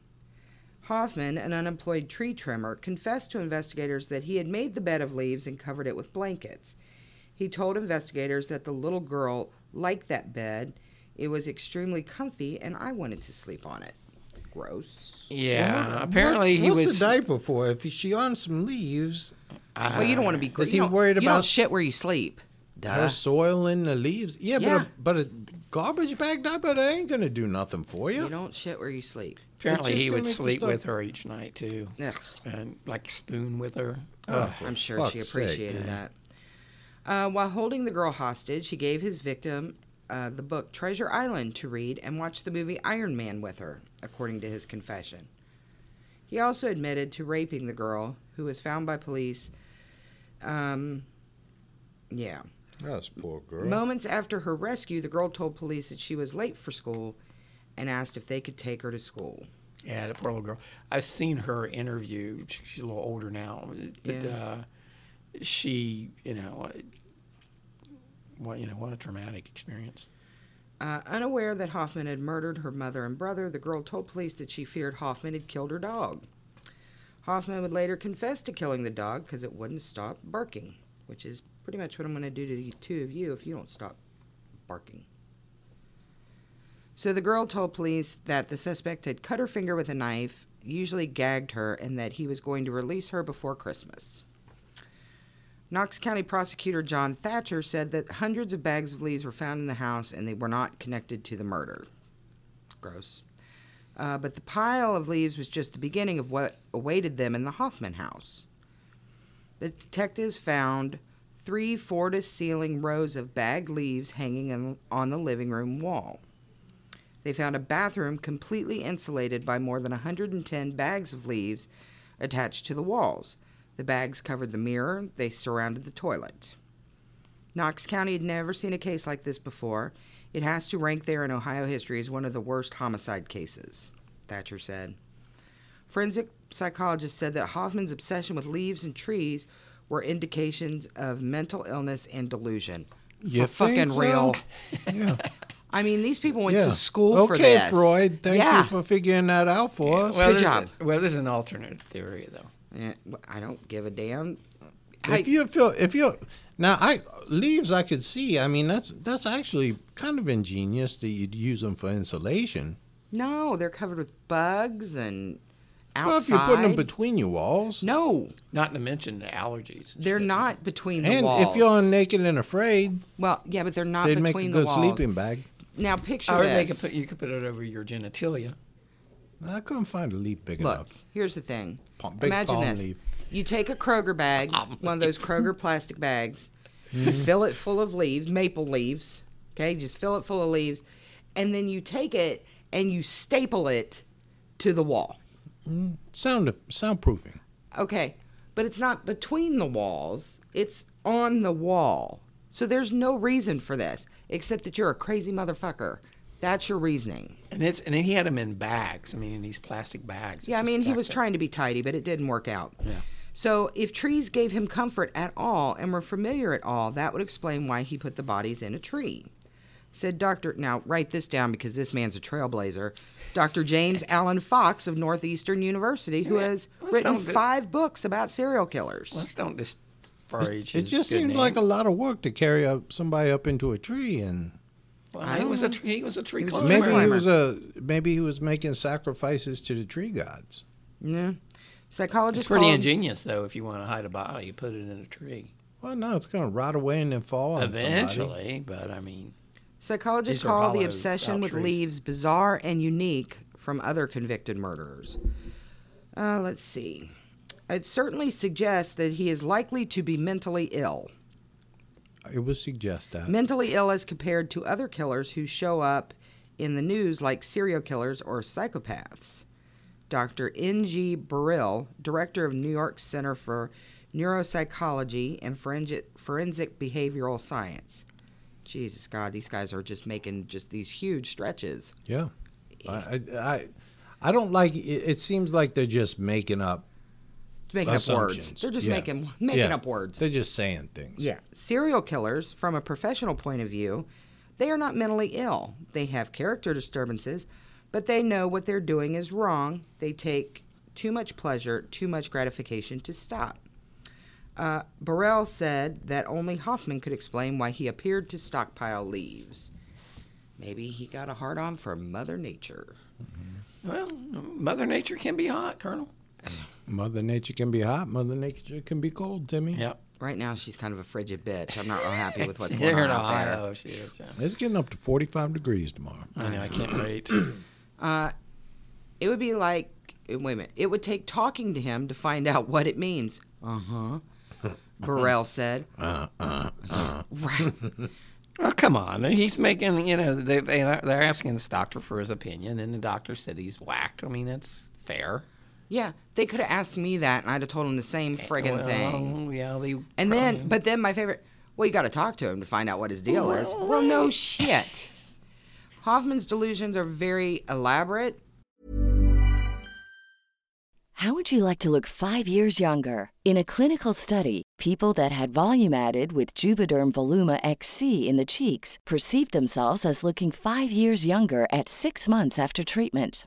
Speaker 4: Hoffman, an unemployed tree trimmer, confessed to investigators that he had made the bed of leaves and covered it with blankets. He told investigators that the little girl liked that bed. It was extremely comfy, and I wanted to sleep on it. Gross.
Speaker 3: Yeah.
Speaker 4: uh,
Speaker 5: What-
Speaker 3: apparently
Speaker 5: what's,
Speaker 3: he
Speaker 5: what's
Speaker 3: was.
Speaker 5: a diaper for? If she on some leaves,
Speaker 4: well, you don't want to be.
Speaker 5: Uh, is
Speaker 4: you
Speaker 5: he
Speaker 4: don't-
Speaker 5: worried
Speaker 4: you don't
Speaker 5: about-
Speaker 4: shit where you sleep?
Speaker 5: her soil in the leaves. Yeah,
Speaker 4: Uh-huh. Yeah.
Speaker 5: but a, but a garbage bag diaper that ain't gonna do nothing for you.
Speaker 4: You don't shit where you sleep.
Speaker 3: apparently
Speaker 5: It's
Speaker 3: he
Speaker 5: just
Speaker 3: would
Speaker 5: gonna make you
Speaker 3: sleep
Speaker 5: start-
Speaker 3: with her each night too,
Speaker 4: Ugh.
Speaker 3: and like spoon with her.
Speaker 5: Oh, for
Speaker 4: I'm sure she
Speaker 5: fuck's sake.
Speaker 4: appreciated that. Uh, while holding the girl hostage, he gave his victim uh, the book Treasure Island to read and watch the movie Iron Man with her, according to his confession. He also admitted to raping the girl, who was found by police. Um, yeah.
Speaker 5: That's poor girl.
Speaker 4: Moments after her rescue, the girl told police that she was late for school and asked if they could take her to school.
Speaker 3: Yeah, the poor little girl. I've seen her interview. She- She's a little older now, but
Speaker 4: Yeah.
Speaker 3: uh, she, you know, uh, what you know, what a traumatic experience.
Speaker 4: Uh, unaware that Hoffman had murdered her mother and brother, the girl told police that she feared Hoffman had killed her dog. Hoffman would later confess to killing the dog because it wouldn't stop barking, which is pretty much what I'm going to do to the two of you if you don't stop barking. So the girl told police that the suspect had cut her finger with a knife, usually gagged her, and that he was going to release her before Christmas. Knox County prosecutor John Thatcher said that hundreds of bags of leaves were found in the house and they were not connected to the murder. Gross. Uh, but the pile of leaves was just the beginning of what awaited them in the Hoffman house. The detectives found three floor to ceiling rows of bagged leaves hanging in, on the living room wall. They found a bathroom completely insulated by more than 110 bags of leaves attached to the walls. The bags covered the mirror, they surrounded the toilet. Knox County had never seen a case like this before. It has to rank there in Ohio history as one of the worst homicide cases, Thatcher said. Forensic psychologists said that Hoffman's obsession with leaves and trees were indications of mental illness and delusion.
Speaker 5: You
Speaker 4: For fucking
Speaker 5: think so?
Speaker 4: real. (laughs)
Speaker 5: Yeah.
Speaker 4: I mean, these people went
Speaker 5: yeah.
Speaker 4: to school
Speaker 5: okay,
Speaker 4: for this.
Speaker 5: Freud. Thank
Speaker 4: Yeah.
Speaker 5: you for figuring that out for us.
Speaker 3: Well,
Speaker 4: Good
Speaker 3: there's
Speaker 4: job.
Speaker 3: A, well, there's an alternate theory though.
Speaker 4: Eh, well, I don't give a damn.
Speaker 5: if you feel if you now I leaves I could see. I mean that's that's actually kind of ingenious that you'd use them for insulation.
Speaker 4: No, they're covered with bugs and outside.
Speaker 5: Well, if you're putting them between your walls,
Speaker 4: no,
Speaker 3: Not to mention the allergies. and
Speaker 4: they're
Speaker 3: shit.
Speaker 4: not between the
Speaker 5: and
Speaker 4: walls.
Speaker 5: if you're naked and afraid,
Speaker 4: well, yeah, but they're not
Speaker 5: they'd make a
Speaker 4: between the
Speaker 5: good
Speaker 4: walls.
Speaker 5: sleeping bag.
Speaker 4: Now picture
Speaker 3: Or they could
Speaker 4: this.
Speaker 3: put you could put it over your genitalia.
Speaker 5: I couldn't find a leaf big
Speaker 4: Look,
Speaker 5: enough.
Speaker 4: here's the thing.
Speaker 5: Palm- big
Speaker 4: Imagine
Speaker 5: palm
Speaker 4: this.
Speaker 5: leaf.
Speaker 4: You take a Kroger bag, one of those Kroger plastic
Speaker 5: (laughs)
Speaker 4: bags, you fill it full of leaves, maple leaves. Okay, just fill it full of leaves, and then you take it and you staple it to the wall.
Speaker 5: Sound soundproofing.
Speaker 4: Okay, but it's not between the walls, it's on the wall. So there's no reason for this, except that you're a crazy motherfucker. That's your reasoning.
Speaker 3: And it's and he had them in bags. I mean, in these plastic bags. It's
Speaker 4: Yeah, I
Speaker 3: just
Speaker 4: mean, he
Speaker 3: stacked
Speaker 4: was
Speaker 3: up.
Speaker 4: trying to be tidy, but it didn't work out. Yeah. So, if trees gave him comfort at all and were familiar at all, that would explain why he put the bodies in a tree. Said Dr. Now, write this down because this man's a trailblazer. Dr. (laughs) James Allen Fox of Northeastern University, who has
Speaker 3: let's
Speaker 4: written
Speaker 3: don't do-
Speaker 4: five books about serial killers.
Speaker 3: Let's don't disparage.
Speaker 5: It just seemed like a lot of work to carry up somebody up into a tree, and
Speaker 3: he was a tree. He was a tree climber.
Speaker 5: maybe he was a maybe he was making sacrifices to the tree gods.
Speaker 3: It's
Speaker 4: Psychologists
Speaker 3: pretty
Speaker 4: call him-
Speaker 3: ingenious, though. If you want to hide a body, you put it in a tree.
Speaker 5: Well, no, it's going to rot away and then fall on somebody.
Speaker 3: Eventually, but I mean,
Speaker 4: Psychologists
Speaker 3: These are
Speaker 4: call the
Speaker 3: hollow
Speaker 4: obsession with
Speaker 3: outries.
Speaker 4: leaves bizarre and unique from other convicted murderers. Uh, let's see. It certainly suggests that he is likely to be mentally ill.
Speaker 5: It would suggest that.
Speaker 4: Mentally ill as compared to other killers who show up in the news like serial killers or psychopaths. Dr. N.G. Burrill, director of New York Center for Neuropsychology and Forensic, Forensic Behavioral Science. Jesus God, these guys are just making just these huge stretches.
Speaker 5: Yeah, I, I, I, I don't like. It, it seems like they're just making up
Speaker 4: making up words.
Speaker 5: assumptions.
Speaker 4: They're just
Speaker 5: Yeah.
Speaker 4: making making
Speaker 5: Yeah.
Speaker 4: up words.
Speaker 5: They're just saying things.
Speaker 4: Yeah. Serial killers, from a professional point of view, they are not mentally ill. They have character disturbances, but they know what they're doing is wrong. They take too much pleasure, too much gratification to stop. Uh, Burrell said that only Hoffman could explain why he appeared to stockpile leaves. Maybe he got a hard on for Mother Nature.
Speaker 3: well, Mother Nature can be hot, Colonel.
Speaker 5: Mother Nature can be hot. Mother Nature can be cold. Timmy.
Speaker 3: Yep.
Speaker 4: Right now, she's kind of a frigid bitch. I'm not real happy
Speaker 3: (laughs)
Speaker 4: with what's
Speaker 3: Here
Speaker 4: going
Speaker 3: in
Speaker 4: on out there.
Speaker 3: Ohio, Oh, she is. yeah.
Speaker 5: It's getting up to forty-five degrees tomorrow.
Speaker 3: I know. I (clears throat) can't wait.
Speaker 4: It would be like eh, wait a minute. It would take talking to him to find out what it means. Uh huh. (laughs) Burrell said. Right.
Speaker 3: Oh, come on. He's making, you know, they, they, they're asking this doctor for his opinion, and the doctor said he's whacked. I mean, that's fair.
Speaker 4: Yeah. They could have asked me that, and I'd have told him the same friggin' thing.
Speaker 3: Well, yeah, they.
Speaker 4: And then, but then my favorite. Well, you got to talk to him to find out what his deal is. Well, no shit. Hoffman's delusions are very elaborate.
Speaker 6: How would you like to look five years younger? In a clinical study, people that had volume added with Juvederm Voluma XC in the cheeks perceived themselves as looking five years younger at six months after treatment.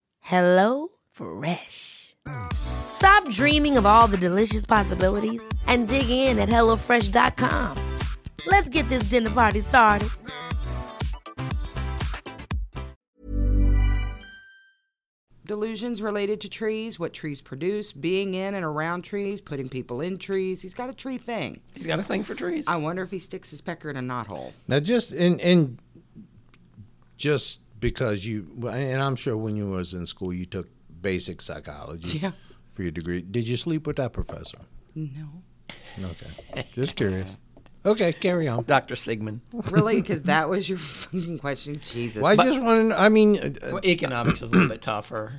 Speaker 7: Hello Fresh. Stop dreaming of all the delicious possibilities and dig in at HelloFresh.com. Let's get this dinner party started.
Speaker 4: Delusions related to trees, what trees produce, being in and around trees, putting people in trees. He's got a tree thing.
Speaker 3: He's got a thing for trees.
Speaker 4: I wonder if he sticks his pecker in a knothole.
Speaker 5: Now, just and and just because you and I'm sure when you was in school you took basic psychology
Speaker 4: Yeah.
Speaker 5: for your degree. Did you sleep with that professor?
Speaker 4: No.
Speaker 5: Okay, just curious. Okay,
Speaker 4: (laughs)
Speaker 5: carry on.
Speaker 3: Dr. Sigmund.
Speaker 4: Really? Because that was your (laughs) fucking question. Jesus.
Speaker 5: Well, I just want to. I mean, uh,
Speaker 3: Well, economics is a little bit tougher.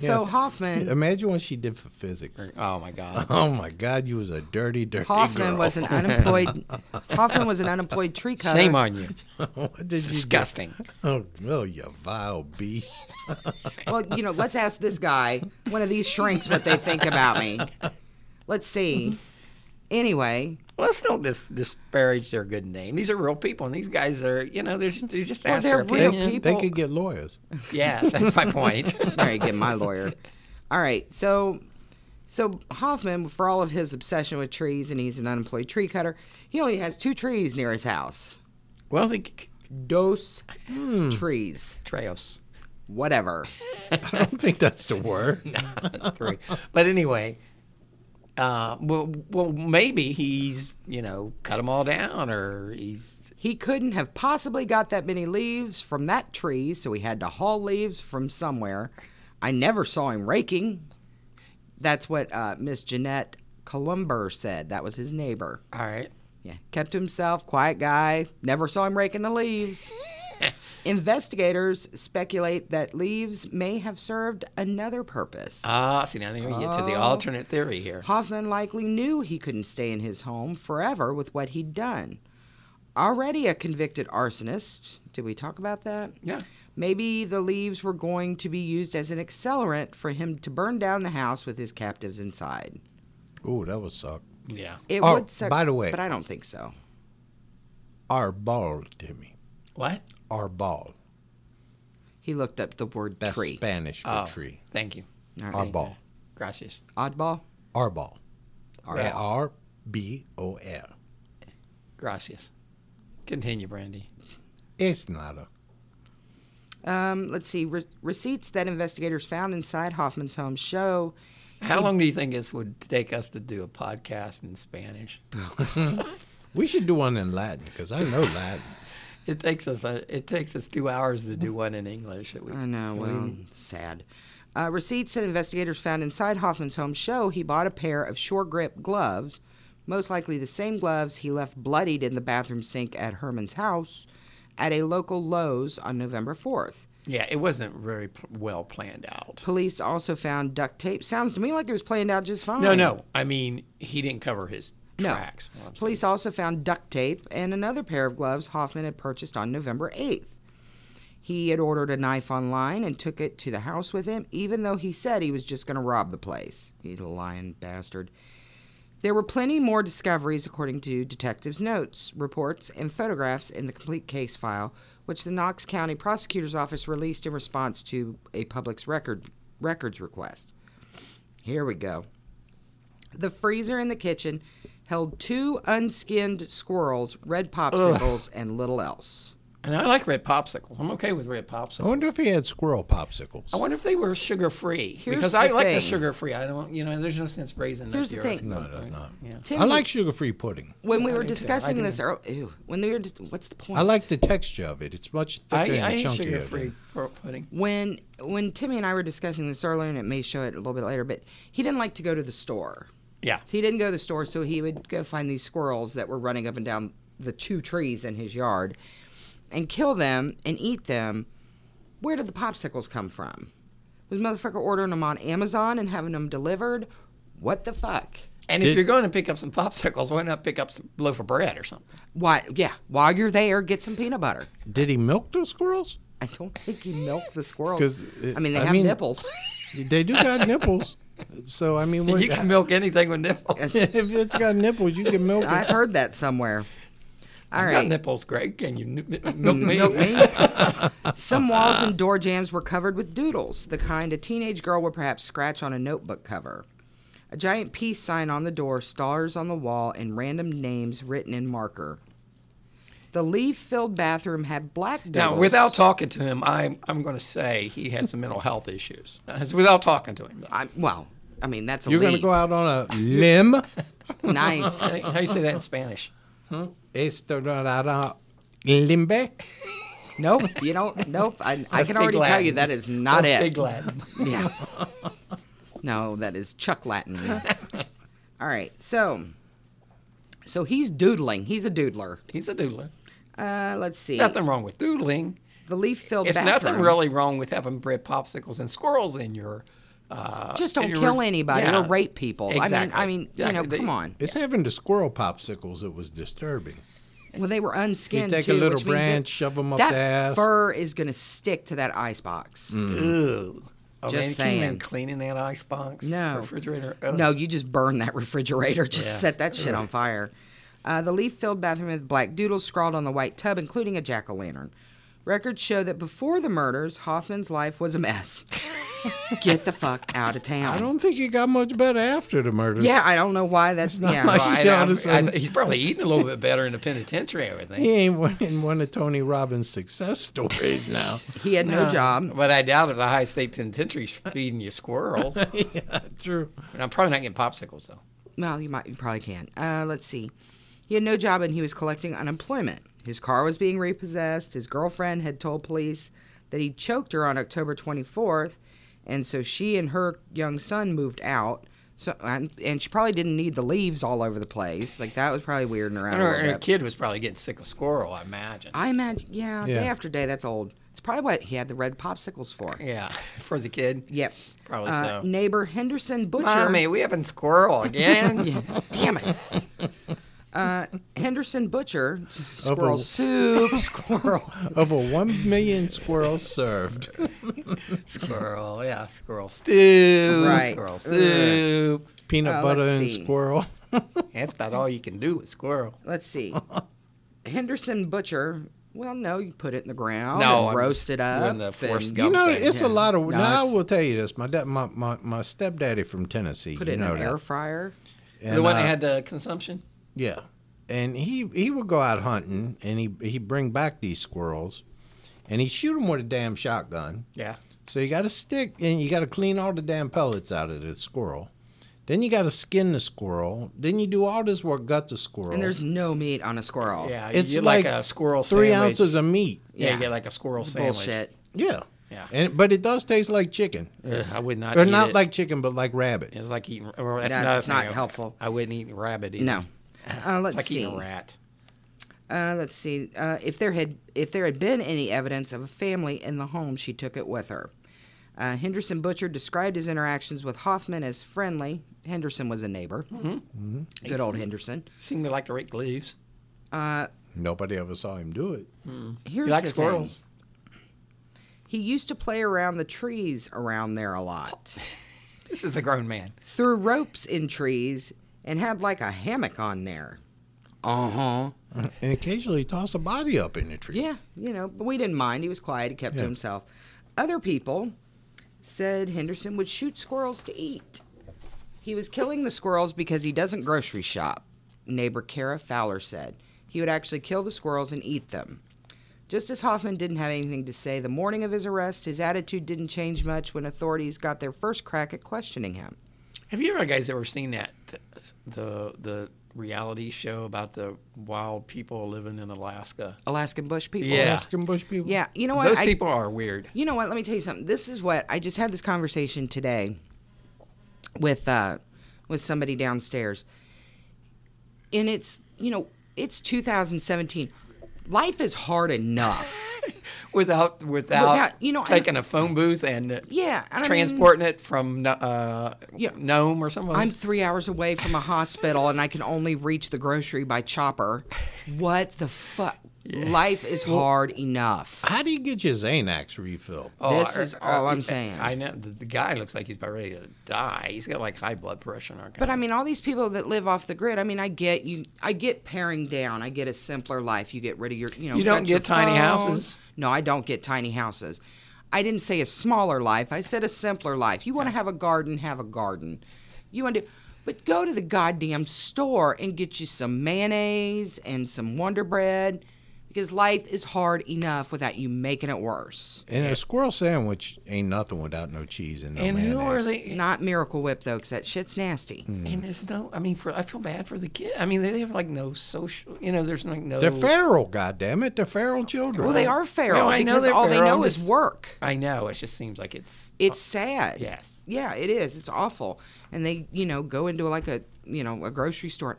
Speaker 4: So
Speaker 5: uh,
Speaker 4: Hoffman
Speaker 5: imagine what she did for physics.
Speaker 3: Oh, my
Speaker 4: (laughs)
Speaker 3: God.
Speaker 5: Oh my God, you was a dirty, dirty
Speaker 4: Hoffman
Speaker 5: girl.
Speaker 4: was an unemployed Hoffman was an unemployed tree cutter.
Speaker 3: Shame on
Speaker 4: (laughs)
Speaker 3: you.
Speaker 5: what did you do?
Speaker 3: Disgusting.
Speaker 5: Oh, oh, you vile
Speaker 4: (laughs)
Speaker 5: beast!
Speaker 4: Well, you know, let's ask this guy, one of these shrinks, what they think about me. Let's see. Anyway,
Speaker 3: Let's don't dis- disparage their good name. These are real people, and these guys are, you know, they're just, they just
Speaker 4: Well,
Speaker 3: ask their
Speaker 4: they're real
Speaker 3: opinion.
Speaker 4: people.
Speaker 5: They could get lawyers. (laughs)
Speaker 3: Yes, that's my point. (laughs)
Speaker 4: All right, get my lawyer. All right, so so Hoffman, for all of his obsession with trees, and he's an unemployed tree cutter, he only has two trees near his house.
Speaker 3: well, the c-
Speaker 4: Dos trees,
Speaker 3: trails.
Speaker 4: whatever.
Speaker 5: I don't think that's the word.
Speaker 3: (laughs) That's three. but anyway, uh, well, well, maybe he's, you know, cut them all down, or he's.
Speaker 4: He couldn't have possibly got that many leaves from that tree, so he had to haul leaves from somewhere. I never saw him raking. That's what uh, Miss Jeanette Columber said. That was his neighbor.
Speaker 3: All right.
Speaker 4: Yeah, kept to himself, quiet guy. Never saw him raking the leaves. Investigators speculate that leaves may have served another purpose.
Speaker 3: Ah, see, now we get to
Speaker 4: Oh.
Speaker 3: the alternate theory here.
Speaker 4: Hoffman likely knew he couldn't stay in his home forever with what he'd done. Already a convicted arsonist. Did we talk about that?
Speaker 3: Yeah.
Speaker 4: Maybe the leaves were going to be used as an accelerant for him to burn down the house with his captives inside.
Speaker 5: Ooh, that would suck.
Speaker 3: Yeah.
Speaker 4: It
Speaker 5: Oh,
Speaker 4: would suck,
Speaker 5: by the way-
Speaker 4: but I don't think so.
Speaker 5: Arbol, Timmy.
Speaker 3: What?
Speaker 5: Arbol.
Speaker 4: He looked up the word
Speaker 5: That's
Speaker 4: tree.
Speaker 5: Spanish
Speaker 3: Oh.
Speaker 5: for tree.
Speaker 3: Thank you.
Speaker 5: Arbol.
Speaker 3: Gracias.
Speaker 4: Oddball.
Speaker 5: Arbol.
Speaker 3: Arbol.
Speaker 5: R B O L.
Speaker 3: Gracias. Continue, Brandy.
Speaker 5: It's not a.
Speaker 4: Um, let's see. Re- receipts that investigators found inside Hoffman's home show
Speaker 3: How long do you think this would take us to do a podcast in Spanish?
Speaker 5: We should do one in Latin because I know Latin.
Speaker 3: It takes us a, it takes us two hours to do one in English. That we,
Speaker 4: I know. Well, sad. Uh, receipts that investigators found inside Hoffman's home show he bought a pair of shore grip gloves, most likely the same gloves he left bloodied in the bathroom sink at Herman's house at a local Lowe's on November 4th.
Speaker 3: yeah, it wasn't very p- well planned out.
Speaker 4: Police also found duct tape. Sounds to me like it was planned out just fine.
Speaker 3: No, no. I mean, he didn't cover his
Speaker 4: No.
Speaker 3: tracks. Oh, Well, I'm saying-
Speaker 4: Police also found duct tape and another pair of gloves Hoffman had purchased on November 8th. He had ordered a knife online and took it to the house with him, even though he said he was just going to rob the place. He's a lying bastard. There were plenty more discoveries, according to detectives' notes, reports, and photographs in the complete case file, which the Knox County Prosecutor's Office released in response to a public's record, records request. Here we go. The freezer in the kitchen held two unskinned squirrels, red popsicles, and little else.
Speaker 3: And I like red popsicles. I'm okay with red popsicles.
Speaker 4: Oh,
Speaker 5: I wonder if he had squirrel popsicles.
Speaker 3: I wonder if they were sugar free
Speaker 4: Here's
Speaker 3: because I
Speaker 4: the
Speaker 3: like
Speaker 4: thing.
Speaker 3: the sugar free. I don't, you know, there's no sense raising
Speaker 4: Here's
Speaker 3: that
Speaker 4: the
Speaker 3: here.
Speaker 4: thing.
Speaker 5: no, that's not.
Speaker 4: Tim,
Speaker 5: I like sugar free pudding.
Speaker 4: when we
Speaker 3: I
Speaker 4: were
Speaker 3: do too. I
Speaker 4: discussing
Speaker 3: do.
Speaker 4: this earlier. Ew, when we were just, what's the point?
Speaker 5: I like the texture of it. It's much thicker
Speaker 3: I, I
Speaker 5: and
Speaker 3: eat
Speaker 5: chunkier.
Speaker 3: sugar
Speaker 5: than-
Speaker 3: free pudding.
Speaker 4: when when Timmy and I were discussing this earlier, and it may show it a little bit later, but he didn't like to go to the store.
Speaker 3: Yeah.
Speaker 4: So he didn't go to the store, so he would go find these squirrels that were running up and down the two trees in his yard and kill them and eat them. Where did the popsicles come from? Was motherfucker ordering them on Amazon and having them delivered? What the fuck?
Speaker 3: And if you're going to pick up some popsicles, why not pick up some loaf of bread or something?
Speaker 4: Why? Yeah, while you're there, get some peanut butter.
Speaker 5: Did he milk those squirrels?
Speaker 4: I don't think he milked the squirrels.
Speaker 5: 'Cause it-
Speaker 4: I mean, they
Speaker 5: I
Speaker 4: have
Speaker 5: mean-
Speaker 4: nipples.
Speaker 5: They do got nipples. So I mean, what,
Speaker 3: You can milk anything with nipples.
Speaker 5: (laughs) if it's got nipples, you can milk
Speaker 4: I've
Speaker 5: it.
Speaker 4: heard that
Speaker 5: (laughs)
Speaker 4: somewhere. All
Speaker 3: I've got
Speaker 4: right.
Speaker 3: nipples, Greg. Can you n- milk me?
Speaker 5: (laughs)
Speaker 4: Some walls and door jams were covered with doodles, the kind a teenage girl would perhaps scratch on a notebook cover. A giant peace sign on the door, stars on the wall, and random names written in marker. The leaf filled bathroom had black doodles.
Speaker 3: Now, without talking to him, I'm I'm going to say he had some mental health issues. It's without talking to him. Though.
Speaker 4: I, well, I mean, that's a
Speaker 5: You're gonna
Speaker 4: leap.
Speaker 5: go out on a limb.
Speaker 4: Nice.
Speaker 5: (laughs)
Speaker 3: How do you say that in Spanish?
Speaker 5: Esto no era limbe.
Speaker 4: nope. You don't. Nope. I, I
Speaker 3: That's
Speaker 4: can
Speaker 3: big
Speaker 4: already tell you
Speaker 3: Latin.
Speaker 4: that is not
Speaker 3: That's
Speaker 4: it.
Speaker 3: Big Latin.
Speaker 5: (laughs)
Speaker 4: Yeah. no, that is Chuck Latin. All right. So, so he's doodling. He's a doodler.
Speaker 3: (laughs) He's a
Speaker 4: (laughs)
Speaker 3: doodler.
Speaker 4: Uh, let's see.
Speaker 3: Nothing wrong with doodling.
Speaker 4: the leaf-filled
Speaker 3: It's
Speaker 4: bathroom.
Speaker 3: nothing really wrong with having bread popsicles and squirrels in your. Uh,
Speaker 4: Just
Speaker 3: in
Speaker 4: don't
Speaker 3: your
Speaker 4: kill
Speaker 3: ref-
Speaker 4: anybody
Speaker 3: Yeah.
Speaker 4: or rape people.
Speaker 3: Exactly.
Speaker 4: I mean, I mean, you know,
Speaker 3: Exactly.
Speaker 4: come on.
Speaker 5: It's having the squirrel popsicles that was disturbing.
Speaker 4: Well, they were unskinned
Speaker 5: You take a
Speaker 4: too,
Speaker 5: little
Speaker 4: which means it-
Speaker 5: branch, shove 'em up
Speaker 4: that
Speaker 5: the ass. Mm-hmm.
Speaker 4: fur is going to stick to that ice box.
Speaker 3: Ugh. Oh, man, can you
Speaker 4: Just
Speaker 3: imagine
Speaker 4: saying.
Speaker 3: Mm. cleaning that icebox,
Speaker 4: No.
Speaker 3: refrigerator. Ugh.
Speaker 4: (laughs) No, you just burn that refrigerator. Just set that shit on fire. Uh, the leaf filled bathroom with black doodles scrawled on the white tub, including a jack o' lantern. Records show that before the murders, Hoffman's life was a mess. (laughs) Get the fuck out of town.
Speaker 5: I don't think he got much better after the murders. (laughs)
Speaker 4: yeah, I don't know why that's.
Speaker 5: not
Speaker 4: Yeah,
Speaker 5: like-
Speaker 4: right.
Speaker 3: I-
Speaker 5: Yeah,
Speaker 3: I-
Speaker 5: honestly.
Speaker 3: I- he's probably eating a little bit better in the penitentiary, I would
Speaker 4: (laughs)
Speaker 3: think.
Speaker 5: He ain't winning one of Tony Robbins' success
Speaker 3: (laughs)
Speaker 5: stories now.
Speaker 4: he had no job.
Speaker 3: But I doubt if the high state penitentiary's feeding you squirrels. and
Speaker 5: True.
Speaker 3: I'm probably not getting popsicles, though.
Speaker 4: Well, you might, you probably can. Uh, let's see. He had no job and he was collecting unemployment. His car was being repossessed. His girlfriend had told police that he choked her on October 24th, and so she and her young son moved out. So and, and she probably didn't need the leaves all over the place. Like that was probably weirding her out.
Speaker 3: And
Speaker 4: a
Speaker 3: her,
Speaker 4: little
Speaker 3: her
Speaker 4: bit.
Speaker 3: kid was probably getting sick of squirrel, I imagine.
Speaker 4: I imagine, yeah,
Speaker 5: Yeah.
Speaker 4: day after day, that's old. It's probably what he had the red popsicles for.
Speaker 3: yeah, (laughs) for the kid.
Speaker 4: Yep.
Speaker 3: Probably
Speaker 4: Uh,
Speaker 3: so.
Speaker 4: neighbor Henderson Butcher.
Speaker 3: Mommy, we having squirrel again?
Speaker 4: Uh, Damn it. Uh, Henderson Butcher, s- squirrel
Speaker 5: Over-
Speaker 4: soup, (laughs) squirrel.
Speaker 5: Over one million squirrels served.
Speaker 3: Squirrel, yeah, squirrel stew,
Speaker 4: Right.
Speaker 3: squirrel soup.
Speaker 5: Peanut
Speaker 4: Uh,
Speaker 5: butter
Speaker 4: let's
Speaker 5: and
Speaker 4: see.
Speaker 5: squirrel.
Speaker 3: That's about all you can do with squirrel. (laughs)
Speaker 4: Let's see. Henderson Butcher. Well, no, you put it in the ground
Speaker 3: No,
Speaker 4: and
Speaker 3: I'm
Speaker 4: roast it
Speaker 3: doing
Speaker 4: up.
Speaker 3: the
Speaker 4: and
Speaker 3: Forrest
Speaker 5: You
Speaker 3: Gump.
Speaker 5: know,
Speaker 3: thing.
Speaker 5: it's a lot of. now I
Speaker 4: it's-
Speaker 5: will tell you this: my dad, my, my my stepdaddy from Tennessee.
Speaker 4: Put
Speaker 5: you
Speaker 4: it in
Speaker 5: know
Speaker 4: an
Speaker 5: that.
Speaker 4: air fryer.
Speaker 5: And,
Speaker 3: the one
Speaker 5: uh,
Speaker 3: that had the consumption.
Speaker 5: Yeah, and he he would go out hunting, and he he bring back these squirrels, and he shoot them with a damn shotgun.
Speaker 3: Yeah,
Speaker 5: So you got to stick, and you got to clean all the damn pellets out of the squirrel. Then you got to skin the squirrel. Then you do all this work, guts a squirrel.
Speaker 4: And there's no meat on a squirrel.
Speaker 3: yeah. you
Speaker 5: it's
Speaker 3: get
Speaker 5: like,
Speaker 3: like, a squirrel
Speaker 5: three
Speaker 3: sandwich.
Speaker 5: ounces of meat.
Speaker 3: Yeah,
Speaker 4: Yeah.
Speaker 3: you get like a squirrel sandwich.
Speaker 4: Bullshit.
Speaker 5: Yeah,
Speaker 3: Yeah.
Speaker 5: And but it does taste like chicken,
Speaker 3: Ugh, I would not.
Speaker 5: or
Speaker 3: eat
Speaker 5: not
Speaker 3: it.
Speaker 5: like chicken, but like rabbit.
Speaker 3: It's like eating. Or that's
Speaker 4: That's
Speaker 3: another thing.
Speaker 4: not
Speaker 3: I-
Speaker 4: helpful.
Speaker 3: I wouldn't eat rabbit either.
Speaker 4: No. Uh, let's
Speaker 3: it's like
Speaker 4: see.
Speaker 3: eating a rat.
Speaker 4: Uh, let's see. Uh, if there had if there had been any evidence of a family in the home, she took it with her. Uh, Henderson Butcher described his interactions with Hoffman as friendly. Henderson was a neighbor.
Speaker 3: Mm-hmm.
Speaker 4: Good old Henderson.
Speaker 3: Seemed to like to rake leaves.
Speaker 5: Nobody ever saw him do it.
Speaker 3: You
Speaker 4: Here's
Speaker 3: like
Speaker 4: the
Speaker 3: squirrels?
Speaker 4: thing. He used to play around the trees around there a lot,
Speaker 3: This is a grown man.
Speaker 4: threw ropes in trees, and had like a hammock on there. Uh huh.
Speaker 5: And occasionally toss a body up in the tree.
Speaker 4: Yeah, you know, but we didn't mind. He was quiet. He kept to himself. Other people said Henderson would shoot squirrels to eat. He was killing the squirrels because he doesn't grocery shop. Neighbor Kara Fowler said he would actually kill the squirrels and eat them. Just as Hoffman didn't have anything to say the morning of his arrest, his attitude didn't change much when authorities got their first crack at questioning him.
Speaker 3: Have you ever guys ever seen that the the reality show about the wild people living in Alaska?
Speaker 4: Alaskan bush people.
Speaker 3: Yeah.
Speaker 5: Alaskan bush people.
Speaker 4: Yeah. You know what?
Speaker 3: Those
Speaker 4: I-
Speaker 3: people are weird.
Speaker 4: You know what? Let me tell you something. This is what I just had this conversation today with uh with somebody downstairs. And it's, you know, it's 2017. Life is hard enough.
Speaker 3: Without without,
Speaker 4: Without- you know, I-
Speaker 3: taking a phone booth and uh,
Speaker 4: Yeah, and I mean-
Speaker 3: transporting it from uh, Nome or somewhere.
Speaker 4: I'm 3 hours away from a hospital and I can only reach the grocery by chopper. What the fuck? Life is hard enough.
Speaker 5: How do you get your Xanax refill?
Speaker 3: Oh,
Speaker 4: this is all (laughs) I'm saying.
Speaker 3: I know the, the guy looks like he's about ready to die. He's got like high blood pressure and all
Speaker 4: But
Speaker 3: kind.
Speaker 4: I mean, all these people that live off the grid. I mean, I get you. I get paring down. I get a simpler life. You get rid of your. You know.
Speaker 3: You don't
Speaker 4: got your
Speaker 3: get tiny
Speaker 4: phone.
Speaker 3: houses?
Speaker 4: No, I don't get tiny houses. I didn't say a smaller life. I said a simpler life. You want to have a garden, have a garden. You want to, but go to the goddamn store and get you some mayonnaise and some Wonder Bread, because life is hard enough without you making it worse.
Speaker 5: And a squirrel sandwich ain't nothing without no cheese and no
Speaker 3: and who are
Speaker 5: mayonnaise.
Speaker 3: they?
Speaker 4: Not Miracle Whip though, because that shit's nasty.
Speaker 3: And there's no. I mean, for I feel bad for the kid. I mean, they have like no social. You know, there's like no.
Speaker 5: They're feral, goddammit. They're feral children.
Speaker 4: Well, they are feral
Speaker 3: No, I know
Speaker 4: because
Speaker 3: they're
Speaker 4: all they
Speaker 3: feral.
Speaker 4: know
Speaker 3: I'm
Speaker 4: is
Speaker 3: just-
Speaker 4: work.
Speaker 3: I know. It just seems like it's.
Speaker 4: It's
Speaker 5: Uh,
Speaker 4: sad.
Speaker 3: Yes.
Speaker 4: Yeah, it is. It's awful. And they, you know, go into like a, you know, a grocery store,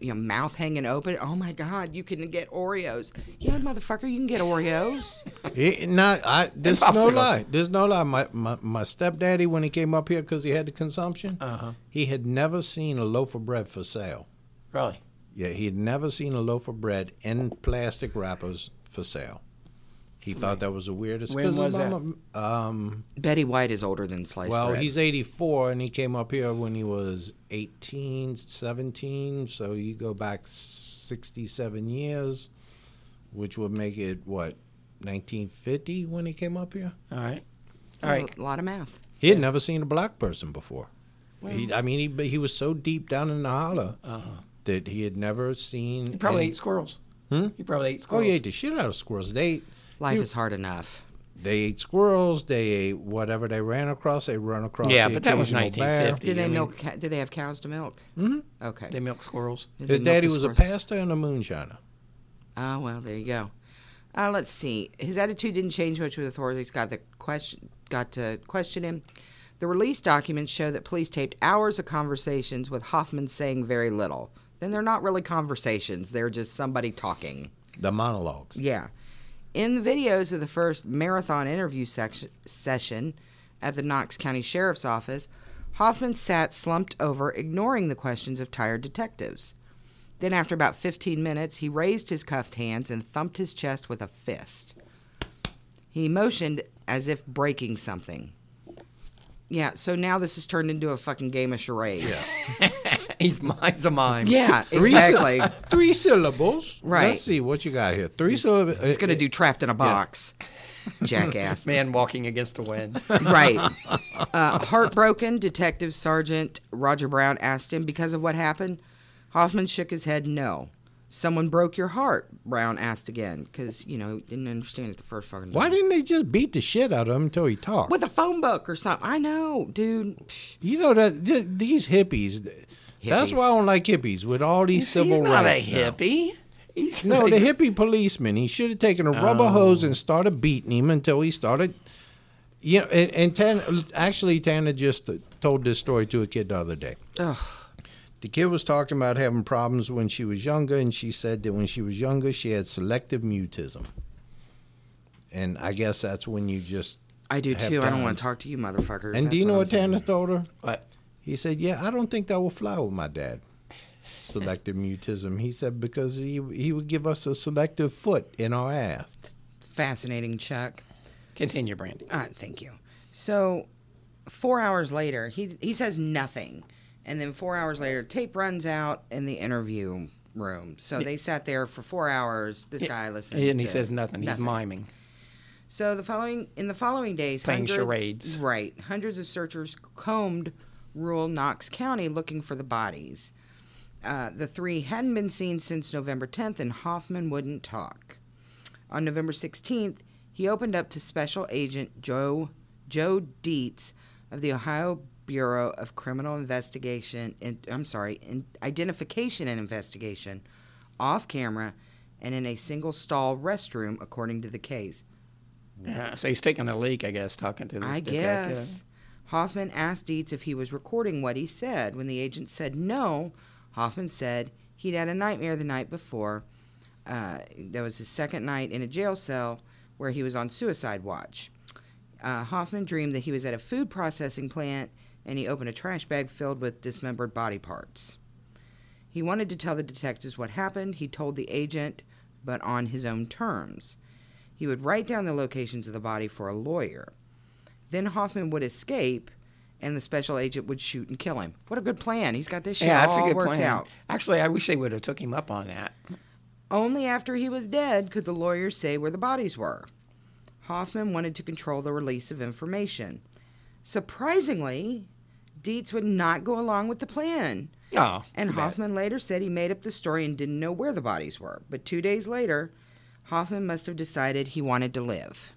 Speaker 4: you know, mouth hanging open. Oh my God, you can get Oreos. Yeah, motherfucker, you can get Oreos.
Speaker 5: It, not, I,
Speaker 3: (laughs)
Speaker 5: there's
Speaker 3: And
Speaker 5: no
Speaker 3: popsicles.
Speaker 5: lie. There's no lie. My, my, my stepdaddy, when he came up here because he had the consumption, uh-huh. he had never seen a loaf of bread for sale.
Speaker 3: Really?
Speaker 5: Yeah, he had never seen a loaf of bread in plastic wrappers for sale. He thought that was the weirdest.
Speaker 3: When
Speaker 5: 'cause
Speaker 3: was
Speaker 5: my
Speaker 3: that?
Speaker 5: mom-
Speaker 4: Betty White is older than sliced
Speaker 5: Well,
Speaker 4: bread.
Speaker 5: he's 84 and he came up here when he was 18, 17. So you go back s- 67 years, which would make it, what, 1950 when he came up here?
Speaker 3: All right. All right.
Speaker 4: A lot of math.
Speaker 5: He had never seen a black person before. he, I mean, he but he was so deep down in the holler that he had never seen.
Speaker 3: You Uh-huh. probably
Speaker 5: any-
Speaker 3: ate squirrels. Hmm? You probably ate
Speaker 5: oh,
Speaker 3: squirrels.
Speaker 5: he ate the shit out of squirrels. They
Speaker 4: Life is hard enough.
Speaker 5: they ate squirrels. They ate whatever they ran across. They run across.
Speaker 3: Yeah,
Speaker 5: the
Speaker 3: but that was
Speaker 5: occasional bear.
Speaker 3: 1950.
Speaker 4: Do
Speaker 3: I
Speaker 4: they
Speaker 3: mean,
Speaker 4: milk? Ca- do they have cows to milk? Mm-hmm. Okay.
Speaker 3: They milk (laughs) squirrels.
Speaker 4: Do they
Speaker 5: His
Speaker 4: milk
Speaker 5: daddy
Speaker 4: the
Speaker 5: was a
Speaker 4: squirrels?
Speaker 5: pastor and a moonshiner.
Speaker 4: Oh well, there you go. Uh, let's see. His attitude didn't change much with authorities. Got the question. Got to question him. The release documents show that police taped hours of conversations with Hoffman saying very little. Then they're not really conversations. They're just somebody talking.
Speaker 5: The monologues.
Speaker 4: Yeah. In the videos of the first marathon interview section, session at the Knox County Sheriff's Office, Hoffman sat slumped over, ignoring the questions of tired detectives. Then, after about 15 minutes, he raised his cuffed hands and thumped his chest with a fist. He motioned as if breaking something. Yeah, so now this has turned into a fucking game of charades.
Speaker 3: He's, mine's a mime.
Speaker 4: Yeah,
Speaker 5: Three syll-
Speaker 4: exactly.
Speaker 5: (laughs) Three syllables.
Speaker 4: Right.
Speaker 5: Let's see what you got here. Three syllables. uh,
Speaker 4: He's going to do trapped in a box. Jackass.
Speaker 3: Man walking against the wind.
Speaker 4: Right. Uh, heartbroken, Detective Sergeant Roger Brown asked him because of what happened. Hoffman shook his head no. Someone broke your heart, Brown asked again, because, you know, he didn't understand it the first fucking time.
Speaker 5: Why didn't they just beat the shit out of him until he talked?
Speaker 4: With a phone book or something. I know, dude. Psh,
Speaker 5: You know that th- these hippies, th- That's why I don't like hippies with all these civil
Speaker 3: He's not
Speaker 5: rights.
Speaker 3: a
Speaker 5: now.
Speaker 3: hippie. He's
Speaker 5: No, the hippie policeman. He should have taken a rubber
Speaker 4: Oh.
Speaker 5: hose and started beating him until he started. You know, and, and Tana, actually, Tana just told this story to a kid the other day. The kid was talking about having problems when she was younger, and she said that when she was younger, she had selective mutism. And I guess that's when you just.
Speaker 4: I do
Speaker 5: have
Speaker 4: too. I don't want
Speaker 5: downs.
Speaker 4: to talk to you motherfuckers.
Speaker 5: And
Speaker 4: That's
Speaker 5: do you know
Speaker 4: I'm
Speaker 5: what
Speaker 4: saying.
Speaker 5: Tana told her?
Speaker 3: What?
Speaker 5: He said, "Yeah, I don't think that will fly with my dad." Selective mutism. He said because he he would give us a selective foot in our ass.
Speaker 4: Fascinating, Chuck.
Speaker 3: Continue, Brandy.
Speaker 4: Uh, thank you. So, four hours later, he he says nothing, and then four hours later, tape runs out in the interview room. So they sat there for four hours. This guy listened,
Speaker 3: And he
Speaker 4: to
Speaker 3: says nothing. He's miming.
Speaker 4: So the following in the following days,
Speaker 3: Playing
Speaker 4: hundreds,
Speaker 3: charades.
Speaker 4: Right, hundreds of searchers combed rural Knox County looking for the bodies. Uh, the three hadn't been seen since November 10th, and Hoffman wouldn't talk. On November 16th, he opened up to Special Agent Joe Joe Dietz of the Ohio Bureau of Criminal Investigation. And, I'm sorry, in, Identification and Investigation, off camera, and in a single stall restroom, according to the case.
Speaker 3: Yeah, so he's taking a leak, I guess, talking to this
Speaker 4: I
Speaker 3: detective.
Speaker 4: guess. Hoffman asked Dietz if he was recording what he said. When the agent said no, Hoffman said he'd had a nightmare the night before. Uh, that was his second night in a jail cell where he was on suicide watch. Uh, Hoffman dreamed that he was at a food processing plant and he opened a trash bag filled with dismembered body parts. He wanted to tell the detectives what happened. He told the agent, but on his own terms. He would write down the locations of the body for a lawyer. Then Hoffman would escape, and the special agent would shoot and kill him. What a good plan! He's got this shit
Speaker 3: Yeah, that's
Speaker 4: all
Speaker 3: a good
Speaker 4: worked
Speaker 3: plan.
Speaker 4: out.
Speaker 3: Actually, I wish they would have took him up on that.
Speaker 4: Only after he was dead could the lawyers say where the bodies were. Hoffman wanted to control the release of information. Surprisingly, Dietz would not go along with the plan.
Speaker 3: Oh,
Speaker 4: And
Speaker 3: too bad.
Speaker 4: Hoffman later said he made up the story and didn't know where the bodies were. But two days later, Hoffman must have decided he wanted to live.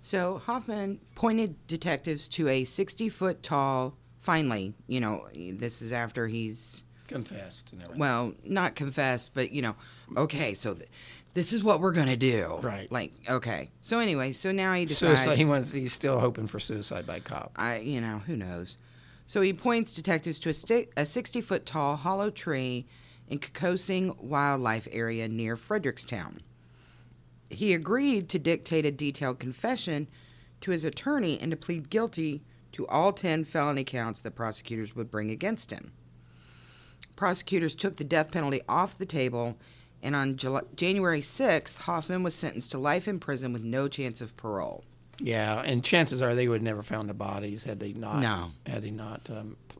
Speaker 4: So Hoffman pointed detectives to a 60 foot tall, finally, you know, this is after he's
Speaker 3: confessed and everything.
Speaker 4: well, not confess, but you know, okay, so th- this is what we're gonna do,
Speaker 3: Right.
Speaker 4: Like, okay. So anyway, so now he decides.
Speaker 3: Suicide. He wants, he's still hoping for suicide by cop.
Speaker 4: I, you know, who knows? So he points detectives to a, sti a 60 foot tall hollow tree in Kokosing Wildlife Area near Frederickstown. He agreed to dictate a detailed confession to his attorney and to plead guilty to all 10 felony counts that prosecutors would bring against him. Prosecutors took the death penalty off the table, and on Jul January 6th, Hoffman was sentenced to life in prison with no chance of parole.
Speaker 3: Yeah, and chances are they would have never found the bodies had they not.
Speaker 4: No.
Speaker 3: Had he not um, p-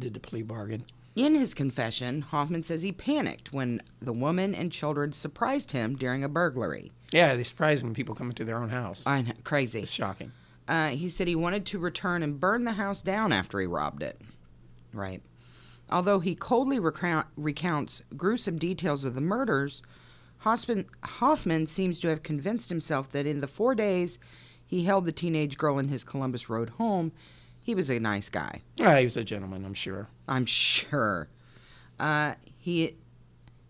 Speaker 3: did the plea bargain.
Speaker 4: In his confession, Hoffman says he panicked when the woman and children surprised him during a burglary.
Speaker 3: Yeah, they surprise when people come into their own house.
Speaker 4: I know, crazy.
Speaker 3: It's shocking.
Speaker 4: Uh, he said he wanted to return and burn the house down after he robbed it. Right. Although he coldly recount, recounts gruesome details of the murders, Hoffman, Hoffman seems to have convinced himself that in the four days he held the teenage girl in his Columbus Road home, he was a nice guy.
Speaker 3: Ah, he was a gentleman, I'm sure.
Speaker 4: I'm sure. Uh, he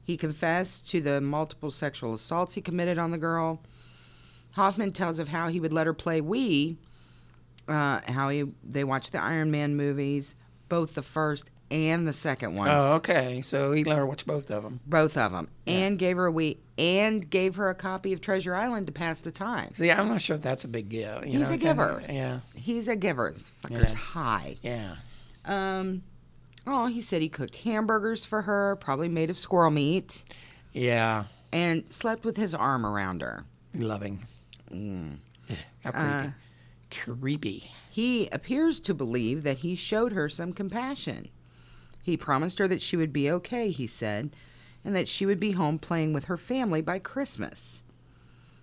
Speaker 4: he confessed to the multiple sexual assaults he committed on the girl. Hoffman tells of how he would let her play Wii, uh, how he they watched the Iron Man movies, both the first and the second ones,
Speaker 3: Oh, okay. So he let her watch both of them.
Speaker 4: both of them, and gave her a Wii and gave her a copy of Treasure Island to pass the time.
Speaker 3: See, I'm not sure if that's a big deal. you
Speaker 4: He's
Speaker 3: know,
Speaker 4: a giver.
Speaker 3: Yeah,
Speaker 4: He's a giver. This fucker's high.
Speaker 3: yeah.
Speaker 4: Um, oh, he said he cooked hamburgers for her, probably made of squirrel meat.
Speaker 3: Yeah.
Speaker 4: and slept with his arm around her.
Speaker 3: Loving. Mm. (sighs) How creepy. creepy.
Speaker 4: He appears to believe that he showed her some compassion. He promised her that she would be okay, he said, and that she would be home playing with her family by Christmas.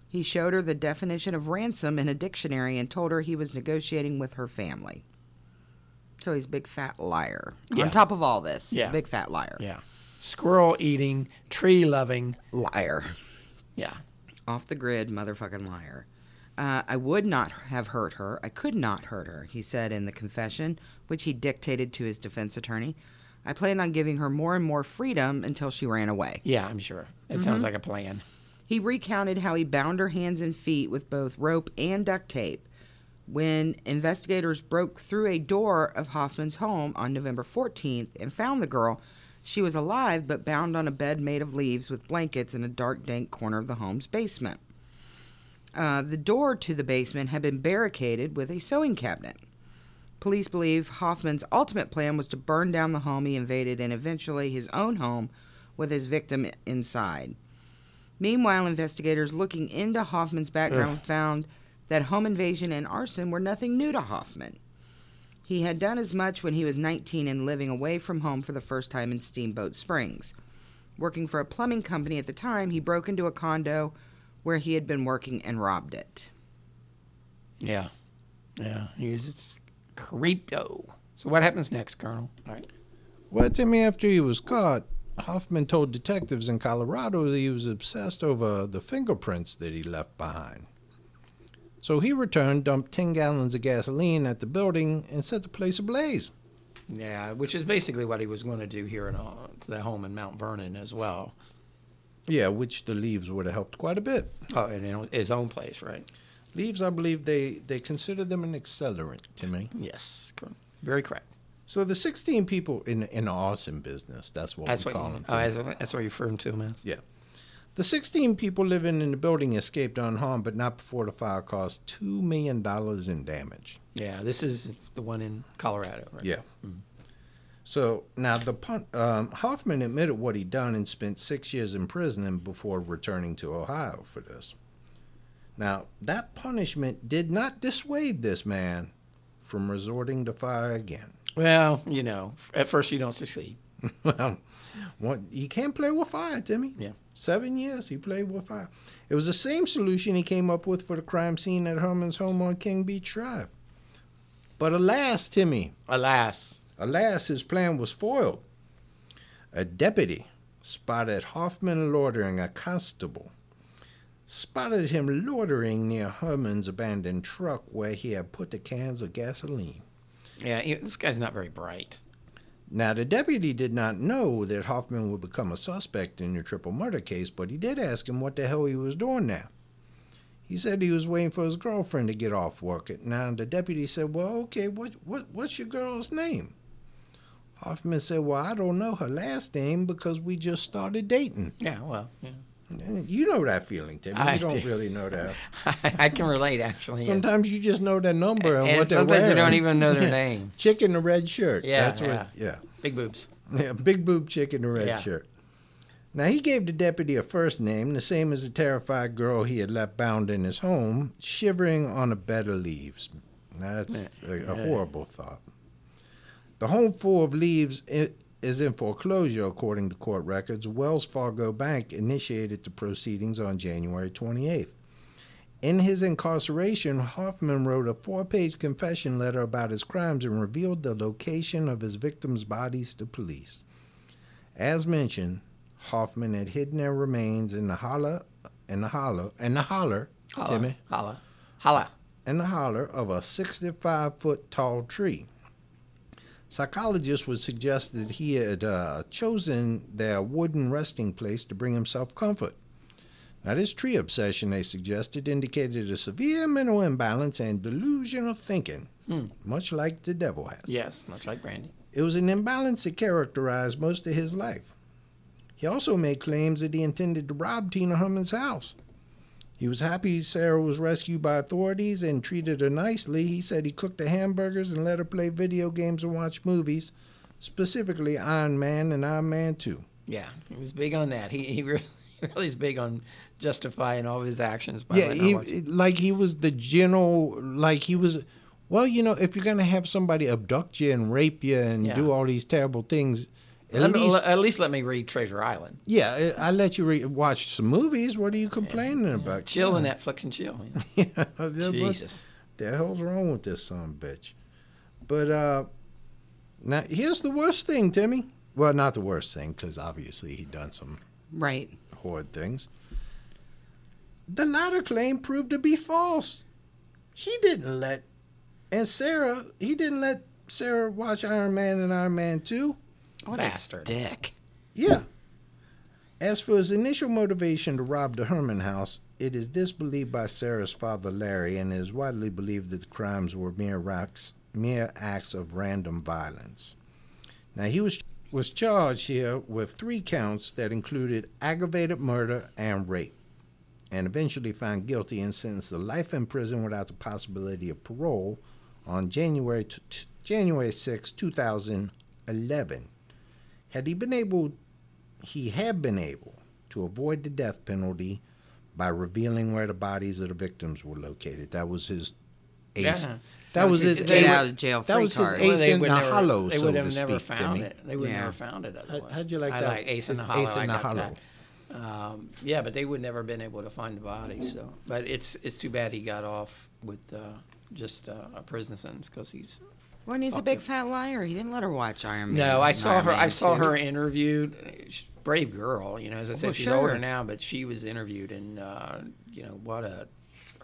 Speaker 4: He showed her the definition of ransom in a dictionary and told her he was negotiating with her family. So he's a big fat liar.
Speaker 3: Yeah.
Speaker 4: On top of all this,
Speaker 3: Yeah.
Speaker 4: big fat liar.
Speaker 3: Yeah. Squirrel eating, tree loving.
Speaker 4: Liar.
Speaker 3: Yeah.
Speaker 4: off the grid motherfucking liar. Uh, I would not have hurt her. I could not hurt her, he said in the confession, which he dictated to his defense attorney. I planned on giving her more and more freedom until she ran away.
Speaker 3: Yeah, I'm sure. It sounds like a plan.
Speaker 4: He recounted how he bound her hands and feet with both rope and duct tape when investigators broke through a door of Hoffman's home on November 14th and found the girl. She was alive but bound on a bed made of leaves with blankets in a dark, dank corner of the home's basement. Uh, the door to the basement had been barricaded with a sewing cabinet. Police believe Hoffman's ultimate plan was to burn down the home he invaded and eventually his own home with his victim inside. Meanwhile, investigators looking into Hoffman's background found that home invasion and arson were nothing new to Hoffman. He had done as much when he was 19 and living away from home for the first time in Steamboat Springs. Working for a plumbing company at the time, he broke into a condo where he had been working and robbed it.
Speaker 3: Yeah. Yeah. He's it's creepo. So what happens next, Colonel? All right.
Speaker 5: Well, Timmy, after he was caught, Hoffman told detectives in Colorado that he was obsessed over the fingerprints that he left behind. So he returned, dumped 10 gallons of gasoline at the building, and set the place ablaze.
Speaker 3: Yeah, which is basically what he was going to do here in uh, to the home in Mount Vernon as well.
Speaker 5: Yeah, which the leaves would have helped quite a bit.
Speaker 3: Oh, and in his own place, right?
Speaker 5: Leaves, I believe they, they consider them an accelerant, Timmy.
Speaker 3: Yes. Colonel. Very correct.
Speaker 5: So the 16 people in, in the arson business, that's what
Speaker 3: That's
Speaker 5: we
Speaker 3: what, you,
Speaker 5: call them.
Speaker 3: oh,
Speaker 5: Timmy.
Speaker 3: that's, what- that's what you referred to him as.
Speaker 5: Yeah. The 16 people living in the building escaped unharmed, but not before the fire caused $2 million in damage.
Speaker 3: Yeah, this is the one in Colorado, right?
Speaker 5: Yeah. So now the pun- um, Hoffman admitted what he'd done and spent six years in prison and before returning to Ohio for this. Now that punishment did not dissuade this man from resorting to fire again.
Speaker 3: Well, you know, f- at first you don't succeed.
Speaker 5: Well, what you can't play with fire, Timmy.
Speaker 3: Yeah.
Speaker 5: Seven years he played with fire. It was the same solution he came up with for the crime scene at Herman's home on King Beach Drive. But alas, Timmy,
Speaker 3: Alas.
Speaker 5: Alas, his plan was foiled. A deputy spotted Hoffman loitering, a constable spotted him loitering near Herman's abandoned truck where he had put the cans of gasoline.
Speaker 3: Yeah, he- this guy's not very bright.
Speaker 5: Now, the deputy did not know that Hoffman would become a suspect in the triple murder case, but he did ask him what the hell he was doing now. He said he was waiting for his girlfriend to get off work. Now, the deputy said, Well, okay, what, what, what's your girl's name? Hoffman said, Well, I don't know her last name because we just started dating.
Speaker 3: Yeah, well, yeah.
Speaker 5: You know that feeling, Tim. You
Speaker 3: I
Speaker 5: don't
Speaker 3: do.
Speaker 5: really know that.
Speaker 3: (laughs) I can relate, actually. (laughs) yeah.
Speaker 5: Sometimes you just know their number and,
Speaker 3: And
Speaker 5: what they're
Speaker 3: sometimes you
Speaker 5: wearing.
Speaker 3: don't even
Speaker 5: (laughs)
Speaker 3: know their name.
Speaker 5: Chick in the red shirt.
Speaker 3: Yeah,
Speaker 5: That's what, yeah.
Speaker 3: (laughs) Big boobs.
Speaker 5: Yeah, big boob chick in the red
Speaker 3: Yeah.
Speaker 5: shirt. Now he gave the deputy a first name, the same as the terrified girl he had left bound in his home, shivering on a bed of leaves. Now that's a, a horrible thought. The home full of leaves i- is in foreclosure, according to court records. Wells Fargo Bank initiated the proceedings on January 28th. In his incarceration, Hoffman wrote a four page confession letter about his crimes and revealed the location of his victims' bodies to police. As mentioned, Hoffman had hidden their remains in the holler, in the hollow, in the holler, Timmy,
Speaker 3: Holla. Holla.
Speaker 5: in the holler of a 65 foot tall tree. Psychologists would suggest that he had uh, chosen their wooden resting place to bring himself comfort. Now, this tree obsession, they suggested, indicated a severe mental imbalance and delusional thinking, much like the devil has.
Speaker 3: Yes, much like Brandy.
Speaker 5: It was an imbalance that characterized most of his life. He also made claims that he intended to rob Tina Herman's house. He was happy Sarah was rescued by authorities and treated her nicely. He said he cooked her hamburgers and let her play video games and watch movies, specifically Iron Man and Iron Man 2.
Speaker 3: Yeah, he was big on that. He (laughs) he really, really is big on justifying all of his actions. By
Speaker 5: Yeah,
Speaker 3: letting her
Speaker 5: he,
Speaker 3: watch it.
Speaker 5: like he was the general, like he was. Well, you know, if you're gonna have somebody abduct you and rape you and
Speaker 3: Yeah.
Speaker 5: do all these terrible things, at
Speaker 3: Let me-
Speaker 5: least,
Speaker 3: at least let me read Treasure Island.
Speaker 5: yeah, I I let you re- watch some movies. What are you complaining
Speaker 3: (laughs)
Speaker 5: about? (laughs)
Speaker 3: Chill and Netflix and chill.
Speaker 5: What
Speaker 3: Jesus.
Speaker 5: the hell's wrong with this son of a bitch? But uh, now here's the worst thing, Timmy. Well, not the worst thing, because obviously he done some
Speaker 4: Right.
Speaker 5: horrid things. The latter claim proved to be false. He didn't let, and Sarah, he didn't let Sarah watch Iron Man and Iron Man 2.
Speaker 3: What bastard. dick.
Speaker 5: Yeah. As for his initial motivation to rob the Herman house, it is disbelieved by Sarah's father Larry and is widely believed that the crimes were mere racks, mere acts of random violence. Now he was was charged here with three counts that included aggravated murder and rape, and eventually found guilty and sentenced to life in prison without the possibility of parole on January t- t- January 6, 2011 had he been able he had been able to avoid the death penalty by revealing where the bodies of the victims were located that was his ace
Speaker 3: Yeah.
Speaker 5: that was his
Speaker 3: They
Speaker 5: ace,
Speaker 3: were-
Speaker 4: out of jail
Speaker 5: that
Speaker 4: free
Speaker 5: was his
Speaker 4: card.
Speaker 5: ace
Speaker 4: Well,
Speaker 5: in the hollow
Speaker 3: They
Speaker 5: so
Speaker 3: would
Speaker 5: to
Speaker 3: have never
Speaker 5: speak,
Speaker 3: found
Speaker 5: Timmy.
Speaker 3: it. They would
Speaker 4: Yeah.
Speaker 3: have never found it. Otherwise.
Speaker 5: how'd you like
Speaker 3: I
Speaker 5: that?
Speaker 3: like Ace in the
Speaker 5: Ace
Speaker 3: Hollow.
Speaker 5: in
Speaker 3: I got
Speaker 5: the Hollow.
Speaker 3: that. Um, yeah, but they would never been able to find the body. So, but it's it's too bad he got off with uh, just uh, a prison sentence because he's
Speaker 4: Well, and he's a big fat liar. He didn't let her watch Iron Man.
Speaker 3: No, I
Speaker 4: and
Speaker 3: saw
Speaker 4: Iron
Speaker 3: her. I
Speaker 4: Man
Speaker 3: saw
Speaker 4: 2.
Speaker 3: her interviewed. She's a Brave girl, you know.
Speaker 5: Oh,
Speaker 3: As I said,
Speaker 4: Well,
Speaker 3: she's
Speaker 4: sure.
Speaker 3: older now, but she was interviewed, and uh, you know what a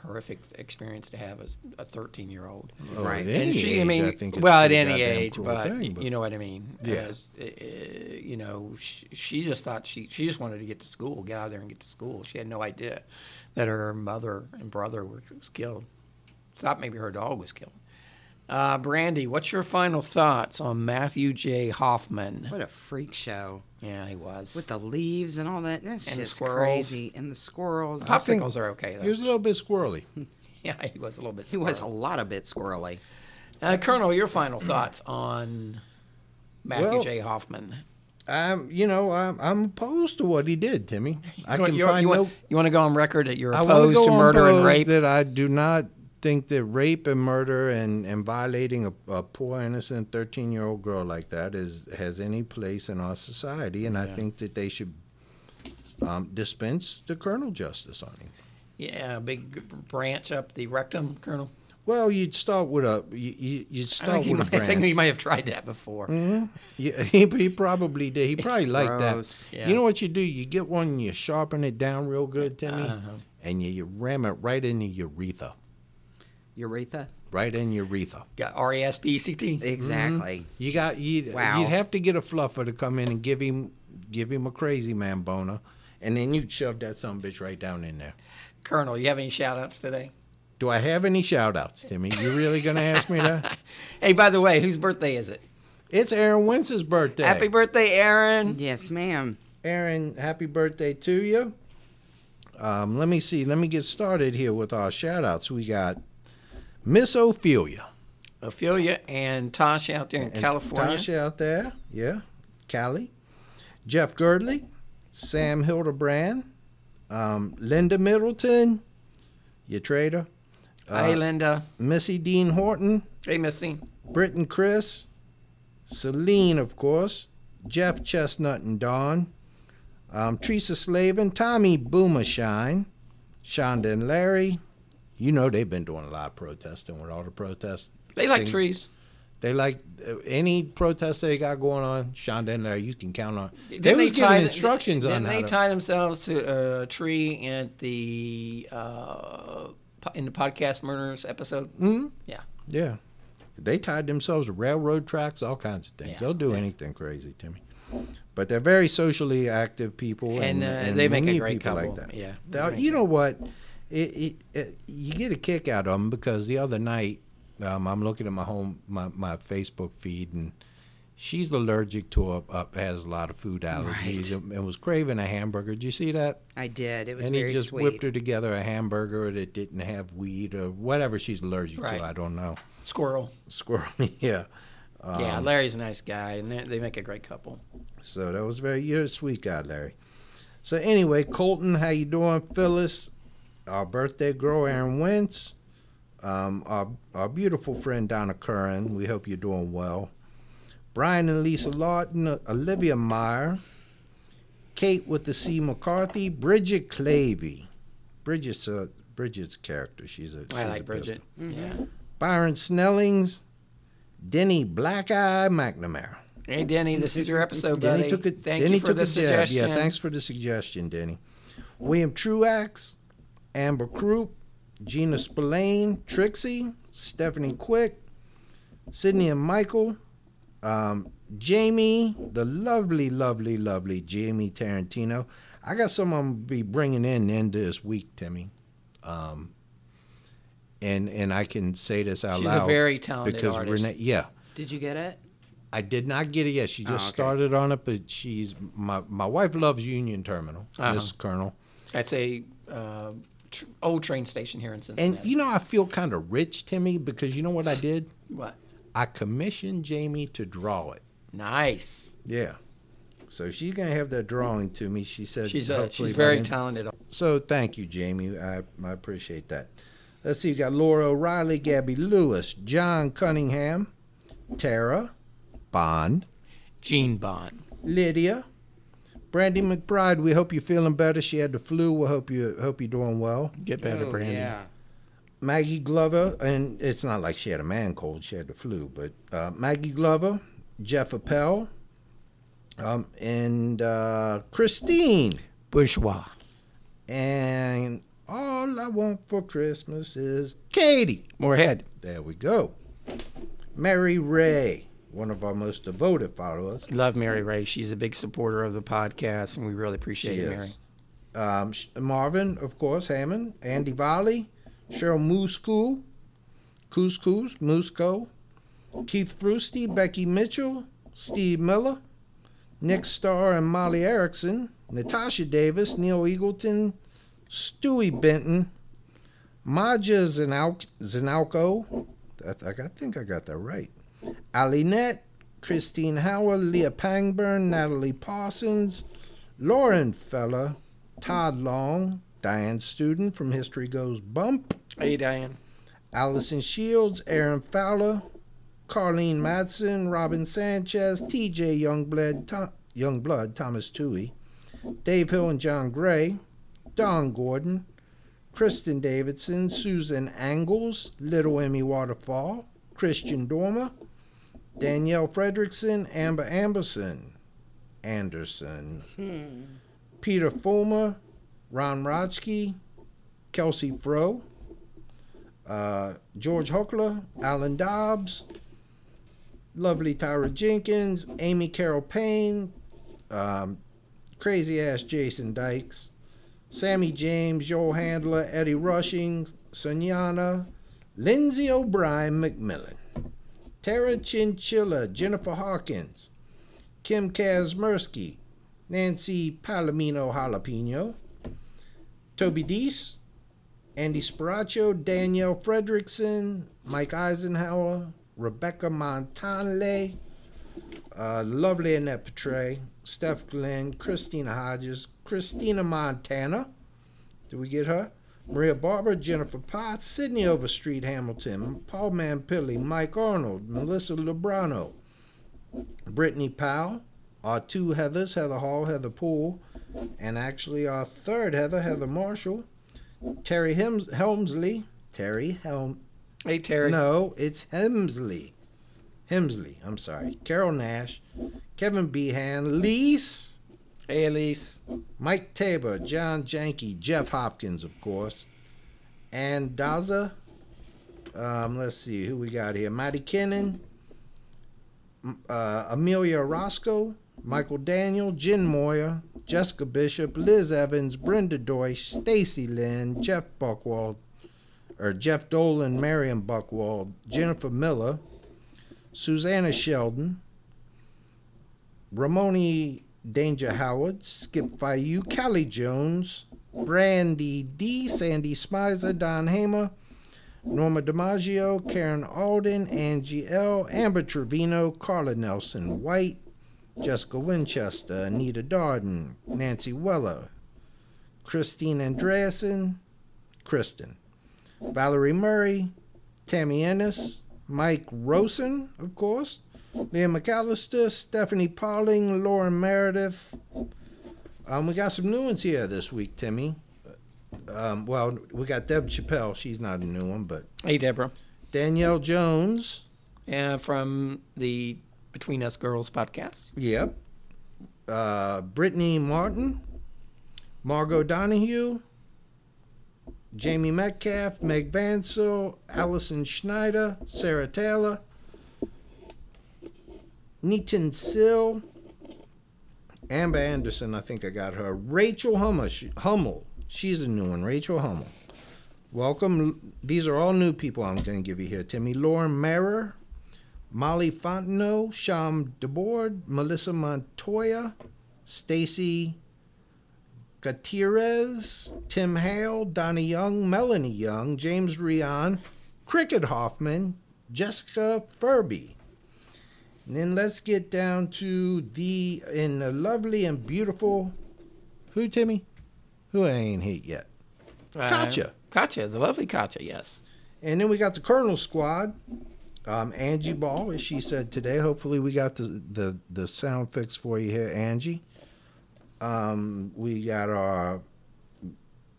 Speaker 3: horrific experience to have as a 13-year-old.
Speaker 5: Oh,
Speaker 4: Right.
Speaker 5: at
Speaker 3: And
Speaker 5: any
Speaker 3: she,
Speaker 5: age,
Speaker 3: I mean,
Speaker 5: think it's
Speaker 3: well, at
Speaker 5: pretty
Speaker 3: any
Speaker 5: goddamn
Speaker 3: age,
Speaker 5: cruel
Speaker 3: but,
Speaker 5: thing, (laughs)
Speaker 3: you know what I mean.
Speaker 5: Yeah.
Speaker 3: As, uh, you know, she, she just thought she she just wanted to get to school, get out of there and get to school. She had no idea that her mother and brother were was killed. Thought maybe her dog was killed. Uh, Brandy, what's your final thoughts on Matthew J. Hoffman?
Speaker 4: What a freak show
Speaker 3: Yeah, he was.
Speaker 4: with the leaves and all that. That's
Speaker 3: And the
Speaker 4: just
Speaker 3: squirrels.
Speaker 4: crazy. And the squirrels.
Speaker 3: popsicles are okay though.
Speaker 5: he was a little bit squirrely
Speaker 3: (laughs) yeah, he was a little bit.
Speaker 4: He was a
Speaker 3: squirrely.
Speaker 4: lot of bit squirrely.
Speaker 3: Uh, Colonel, your final thoughts on Matthew
Speaker 5: Well,
Speaker 3: J. Hoffman?
Speaker 5: i'm you know i'm, I'm opposed to what he did timmy i
Speaker 3: (laughs) You-
Speaker 5: can
Speaker 3: you,
Speaker 5: find
Speaker 3: you
Speaker 5: no
Speaker 3: Want, you want to go on record that you're
Speaker 5: I wanna
Speaker 3: opposed
Speaker 5: go
Speaker 3: to
Speaker 5: on
Speaker 3: murder and
Speaker 5: pose
Speaker 3: rape?
Speaker 5: That I do not think that rape and murder and, and violating a, a poor innocent thirteen year old girl like that is has any place in our society, and I think that they should um, dispense the Colonel justice on him.
Speaker 3: yeah, a big branch up the rectum, Colonel.
Speaker 5: Well, you'd start with a you, you-
Speaker 3: I
Speaker 5: you'd start
Speaker 3: think, he
Speaker 5: with a
Speaker 3: might, (laughs) I think
Speaker 5: branch.
Speaker 3: he might have tried that before.
Speaker 5: Mm-hmm. Yeah, (laughs) he, he probably did. He probably liked
Speaker 4: Gross.
Speaker 5: that.
Speaker 3: Yeah.
Speaker 5: You know what you do? You get one, and you sharpen it down real good, Timmy,
Speaker 3: Uh-huh.
Speaker 5: and you, you ram it right in the urethra,
Speaker 4: Uretha.
Speaker 5: right in your urethra.
Speaker 3: Got R E S P E C T.
Speaker 5: Mm-hmm.
Speaker 4: Exactly.
Speaker 5: You got you'd,
Speaker 4: Wow.
Speaker 5: you'd have to get a fluffer to come in and give him give him a crazy man boner, and then you'd shove that son of a bitch right down in there.
Speaker 3: Colonel, you have any shout outs today?
Speaker 5: Do I have any shout outs, Timmy? You really gonna ask
Speaker 3: (laughs)
Speaker 5: me that?
Speaker 3: Hey, by the way, whose birthday is it?
Speaker 5: It's Aaron Wentz's birthday.
Speaker 3: Happy birthday, Aaron.
Speaker 4: Yes, ma'am.
Speaker 5: Aaron, happy birthday to you. Um, let me see. Let me get started here with our shout outs. We got Miss Ophelia.
Speaker 3: Ophelia and Tosh out there in California.
Speaker 5: Tasha out there. Yeah. Callie. Jeff Girdley. Sam Hildebrand. Um, Linda Middleton. Your trader. uh,
Speaker 3: hey, Linda.
Speaker 5: Missy Dean Horton.
Speaker 3: Hey, Missy.
Speaker 5: Britton Chris. Celine, of course. Jeff Chestnut and Dawn, um, Teresa Slavin, Tommy Boomershine, Shonda and Larry. You know they've been doing a lot of protesting with all the protests.
Speaker 3: They like
Speaker 5: things.
Speaker 3: trees.
Speaker 5: They like uh, any protest they got going on. Shonda and Larry, you can count on. They,
Speaker 3: Didn't
Speaker 5: was
Speaker 3: tie
Speaker 5: giving
Speaker 3: the-
Speaker 5: instructions on
Speaker 3: didn't
Speaker 5: how
Speaker 3: they
Speaker 5: to-
Speaker 3: tie themselves to a tree at the uh, po- in the podcast murders episode? Mm-hmm. Yeah,
Speaker 5: Yeah. They tied themselves to railroad tracks, all kinds of things.
Speaker 3: Yeah.
Speaker 5: They'll do anything crazy, Timmy. But they're very socially active people,
Speaker 3: And,
Speaker 5: and,
Speaker 3: uh, they make a
Speaker 5: many
Speaker 3: great
Speaker 5: people like
Speaker 3: couple.
Speaker 5: that.
Speaker 3: Yeah.
Speaker 5: They- you know what? It, it, it, you get a kick out of them because the other night, um, I'm looking at my home, my, my Facebook feed, and she's allergic to a, a has a lot of food allergies and, and was craving a hamburger. Did you see that?
Speaker 4: I did. It was
Speaker 5: and he
Speaker 4: very
Speaker 5: just
Speaker 4: sweet.
Speaker 5: whipped her together a hamburger that didn't have wheat or whatever she's allergic
Speaker 3: Right.
Speaker 5: to. I don't know
Speaker 3: squirrel.
Speaker 5: squirrel. yeah.
Speaker 3: yeah,
Speaker 5: Um,
Speaker 3: Larry's a nice guy, and they, they make a great couple.
Speaker 5: So that was very you're a sweet guy, Larry. So anyway, Colton, how you doing? Phyllis, our birthday girl Aaron Wentz, um, our our beautiful friend Donna Curran. We hope you're doing well. Brian and Lisa Lawton, Olivia Meyer, Kate with the C McCarthy, Bridget Clavey. Bridget's a Bridget's a character. She's a
Speaker 3: I
Speaker 5: she's a
Speaker 3: like Bridget.
Speaker 5: pistol.
Speaker 4: Mm-hmm.
Speaker 3: Yeah.
Speaker 5: Byron Snellings, Denny Black Eye McNamara.
Speaker 3: Hey, Denny, this is your episode, buddy.
Speaker 5: Denny took a
Speaker 3: Thank
Speaker 5: Denny
Speaker 3: you for
Speaker 5: took
Speaker 3: the
Speaker 5: a jab.
Speaker 3: suggestion.
Speaker 5: Yeah, thanks for the suggestion, Denny. William Truax, Amber Croup, Gina Spillane, Trixie, Stephanie Quick, Sydney and Michael, um, Jamie, the lovely, lovely, lovely Jamie Tarantino. I got some I'm gonna be bringing in end of this week, Timmy. Um, and and I can say this out
Speaker 3: She's a
Speaker 5: loud.
Speaker 3: very talented
Speaker 5: because
Speaker 3: artist.
Speaker 5: Renee, yeah.
Speaker 4: Did you get it?
Speaker 5: I did not get it yet. She
Speaker 3: Oh,
Speaker 5: just started on it, but she's my my wife loves Union Terminal,
Speaker 3: Uh-huh.
Speaker 5: Miss Colonel.
Speaker 3: That's a uh, tr- old train station here in
Speaker 5: And
Speaker 3: Cincinnati.
Speaker 5: you know, I feel kind of rich, Timmy, because you know what I did?
Speaker 3: what?
Speaker 5: I commissioned Jamie to draw it.
Speaker 3: Nice.
Speaker 5: Yeah. So she's gonna have that drawing to me. She said
Speaker 3: She's a,
Speaker 5: hopefully
Speaker 3: she's
Speaker 5: by
Speaker 3: very
Speaker 5: then.
Speaker 3: talented.
Speaker 5: So thank you, Jamie. I, I appreciate that. Let's see, you got Laura O'Reilly, Gabby Lewis, John Cunningham, Tara, Bond,
Speaker 3: Gene Bond.
Speaker 5: Lydia, Brandy McBride. We hope you're feeling better. She had the flu. We hope you hope you're doing well.
Speaker 3: Get better, Brandy.
Speaker 4: Oh, Yeah.
Speaker 5: Maggie Glover, and it's not like she had a man cold. She had the flu, but uh, Maggie Glover, Jeff Appel, um, and uh, Christine.
Speaker 3: Bourgeois.
Speaker 5: And all I want for Christmas is Katie.
Speaker 3: Moorhead.
Speaker 5: There we go. Mary Ray, one of our most devoted followers.
Speaker 3: Love Mary Ray. She's a big supporter of the podcast, and we really appreciate it, Mary.
Speaker 5: Yes. Um, Sh- Marvin, of course, Hammond, Andy Volley, Cheryl Musco, Couscous, Musco, Keith Brewsty, Becky Mitchell, Steve Miller, Nick Starr and Molly Erickson, Natasha Davis, Neil Eagleton, Stewie Benton, Maja Zanal- Zanalco, that's, I, got- I think I got that right, Ali Net, Christine Howard, Leah Pangburn, Natalie Parsons, Lauren Fella, Todd Long, Diane Student from History Goes Bump,
Speaker 3: Hey, Diane.
Speaker 5: Allison Shields, Aaron Fowler, Carlene Matson, Robin Sanchez, TJ Youngblood, Tom, Youngblood, Thomas Tui, Dave Hill and John Gray, Don Gordon, Kristen Davidson, Susan Angles, Little Emmy Waterfall, Christian Dormer, Danielle Fredrickson, Amber Amberson, Anderson, Peter Fulmer, Ron Rotchke, Kelsey Froh, uh, George Huckler, Alan Dobbs, lovely Tyra Jenkins, Amy Carol Payne, um, crazy ass Jason Dykes, Sammy James, Joel Handler, Eddie Rushing, Sonyana, Lindsay O'Brien McMillan, Tara Chinchilla, Jennifer Hawkins, Kim Kazmersky, Nancy Palomino Jalapeno, Toby Deese, Andy Sparacio, Danielle Fredrickson, Mike Eisenhower, Rebecca Montanle, uh, lovely Annette Petray, Steph Glenn, Christina Hodges, Christina Montana. Did we get her? Maria Barber, Jennifer Potts, Sydney Overstreet Hamilton, Paul Mampilli, Mike Arnold, Melissa Lebrano, Brittany Powell, Our two Heathers, Heather Hall, Heather Poole, and actually our third Heather, Heather Marshall, Terry Hems- Helmsley. Terry Helm.
Speaker 3: Hey, Terry.
Speaker 5: No, it's Hemsley. Hemsley, I'm sorry. Carol Nash, Kevin Behan, Lise,
Speaker 3: Hey, Elise.
Speaker 5: Mike Tabor, John Janke, Jeff Hopkins, of course, and Daza. Um, let's see who we got here. Matty Kennan, m- uh, Amelia Roscoe, Michael Daniel, Jen Moyer, Jessica Bishop, Liz Evans, Brenda Deutsch, Stacy Lynn, Jeff Buckwald, or Jeff Dolan, Marion Buckwald, Jennifer Miller, Susanna Sheldon, Ramoni Danger Howard, Skip Fayu, Kelly Jones, Brandy D, Sandy Smizer, Don Hamer, Norma DiMaggio, Karen Alden, Angie L, Amber Trevino, Carla Nelson White, Jessica Winchester, Anita Darden, Nancy Weller, Christine Andreasen, Kristen, Valerie Murray, Tammy Ennis, Mike Rosen, of course, Liam McAllister, Stephanie Pauling, Lauren Meredith. Um, we got some new ones here this week, Timmy. Um, well, we got Deb Chappelle. She's not a new one, but
Speaker 3: Hey, Deborah.
Speaker 5: Danielle Jones.
Speaker 3: Uh, from the Between Us Girls podcast.
Speaker 5: Yep. Uh, Brittany Martin, Margot Donahue, Jamie Metcalf, Meg Bansell, Allison Schneider, Sarah Taylor, Neaton Sill, Amber Anderson, I think I got her. Rachel Hummel, Hummel. she's a new one. Rachel Hummel. Welcome. These are all new people I'm going to give you here. Timmy Lauren Marer, Molly Fontenot, Sham DeBoard, Melissa Montoya, Stacy Gutierrez, Tim Hale, Donnie Young, Melanie Young, James Rion, Cricket Hoffman, Jessica Furby. And then let's get down to the in the lovely and beautiful who Timmy? Who I ain't hit yet.
Speaker 3: Uh,
Speaker 5: Katya.
Speaker 3: Katya, the lovely Katya, yes.
Speaker 5: And then we got the Colonel Squad. Um, Angie Ball, as she said today. Hopefully, we got the the, the sound fix for you here, Angie. Um, we got our.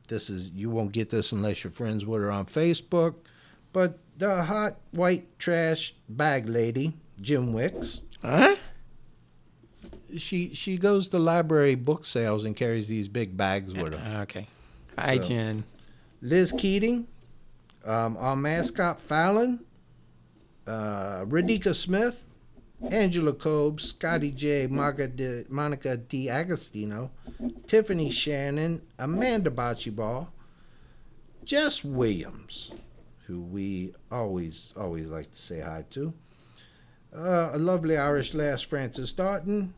Speaker 5: This is you won't get this unless you're friends with her on Facebook, but the hot white trash bag lady, Jim Wicks.
Speaker 3: Huh?
Speaker 5: She she goes to library book sales and carries these big bags with her.
Speaker 3: Okay. Hi, Jen.
Speaker 5: Liz Keating, um, our mascot Fallon, uh, Radika Smith, Angela Cobb, Scotty J, Monica De, Monica D. Agostino, Tiffany Shannon, Amanda Bocce Jess Williams, who we always, always like to say hi to, uh, a lovely Irish lass, Frances Darton,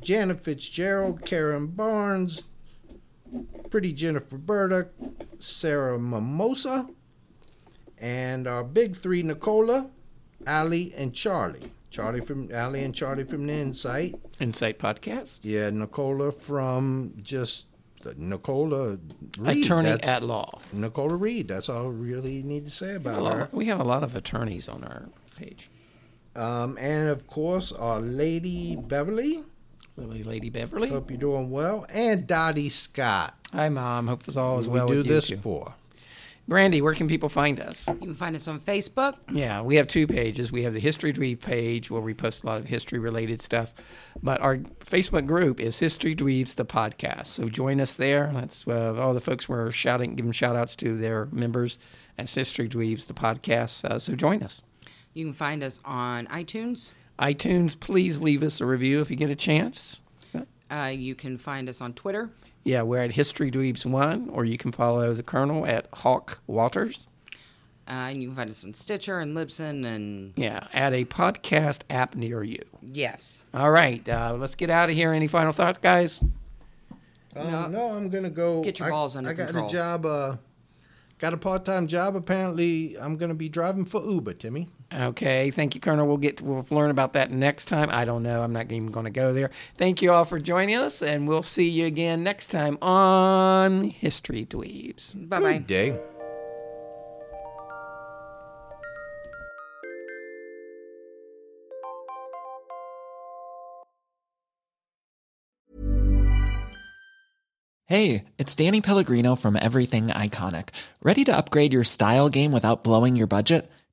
Speaker 5: Janet Fitzgerald, Karen Barnes, pretty Jennifer Burdock, Sarah Mimosa, and our big three, Nicola, Ali, and Charlie. Charlie from Ali and Charlie from the Insight.
Speaker 3: Insight Podcast.
Speaker 5: Yeah, Nicola from just uh, Nicola Reed.
Speaker 3: Attorney
Speaker 5: That's-
Speaker 3: at Law.
Speaker 5: Nicola Reed. That's all I really need to say about her.
Speaker 3: We have a lot of attorneys on our page.
Speaker 5: Um, and of course, our Lady Beverly.
Speaker 3: Lovely Lady Beverly.
Speaker 5: Hope you're doing well. And Dottie Scott.
Speaker 3: Hi, Mom. Hope it's all is
Speaker 5: we
Speaker 3: well
Speaker 5: do
Speaker 3: with
Speaker 5: this
Speaker 3: you too.
Speaker 5: for.
Speaker 3: Brandy, where can people find us?
Speaker 4: You can find us on Facebook.
Speaker 3: Yeah, we have two pages. We have the History Dweeb page where we post a lot of history related stuff, but our Facebook group is History Dweebs the podcast. So join us there. That's uh, all the folks we're shouting, giving shout outs to their members as History Dweebs the podcast. Uh, so join us.
Speaker 4: You can find us on iTunes.
Speaker 3: iTunes, please leave us a review if you get a chance.
Speaker 4: Uh, you can find us on Twitter.
Speaker 3: Yeah, we're at History Dweebs One, or you can follow the Colonel at Hawk Waters.
Speaker 4: Uh, and you can find us on Stitcher and Libsyn and
Speaker 3: Yeah, at a podcast app near you.
Speaker 4: yes.
Speaker 3: All right, uh, let's get out of here. Any final thoughts, guys?
Speaker 5: Um, no. I'm gonna go.
Speaker 4: Get your
Speaker 5: I-
Speaker 4: balls under
Speaker 5: I got
Speaker 4: control.
Speaker 5: a job. Uh, got a part-time job. Apparently, I'm gonna be driving for Uber, Timmy.
Speaker 3: Okay, thank you, Colonel. We'll get to, we'll learn about that next time. I don't know. I'm not even going to go there. Thank you all for joining us, and we'll see you again next time on History Dweebs.
Speaker 4: Bye bye.
Speaker 5: Day.
Speaker 2: Hey, it's Danny Pellegrino from Everything Iconic. Ready to upgrade your style game without blowing your budget?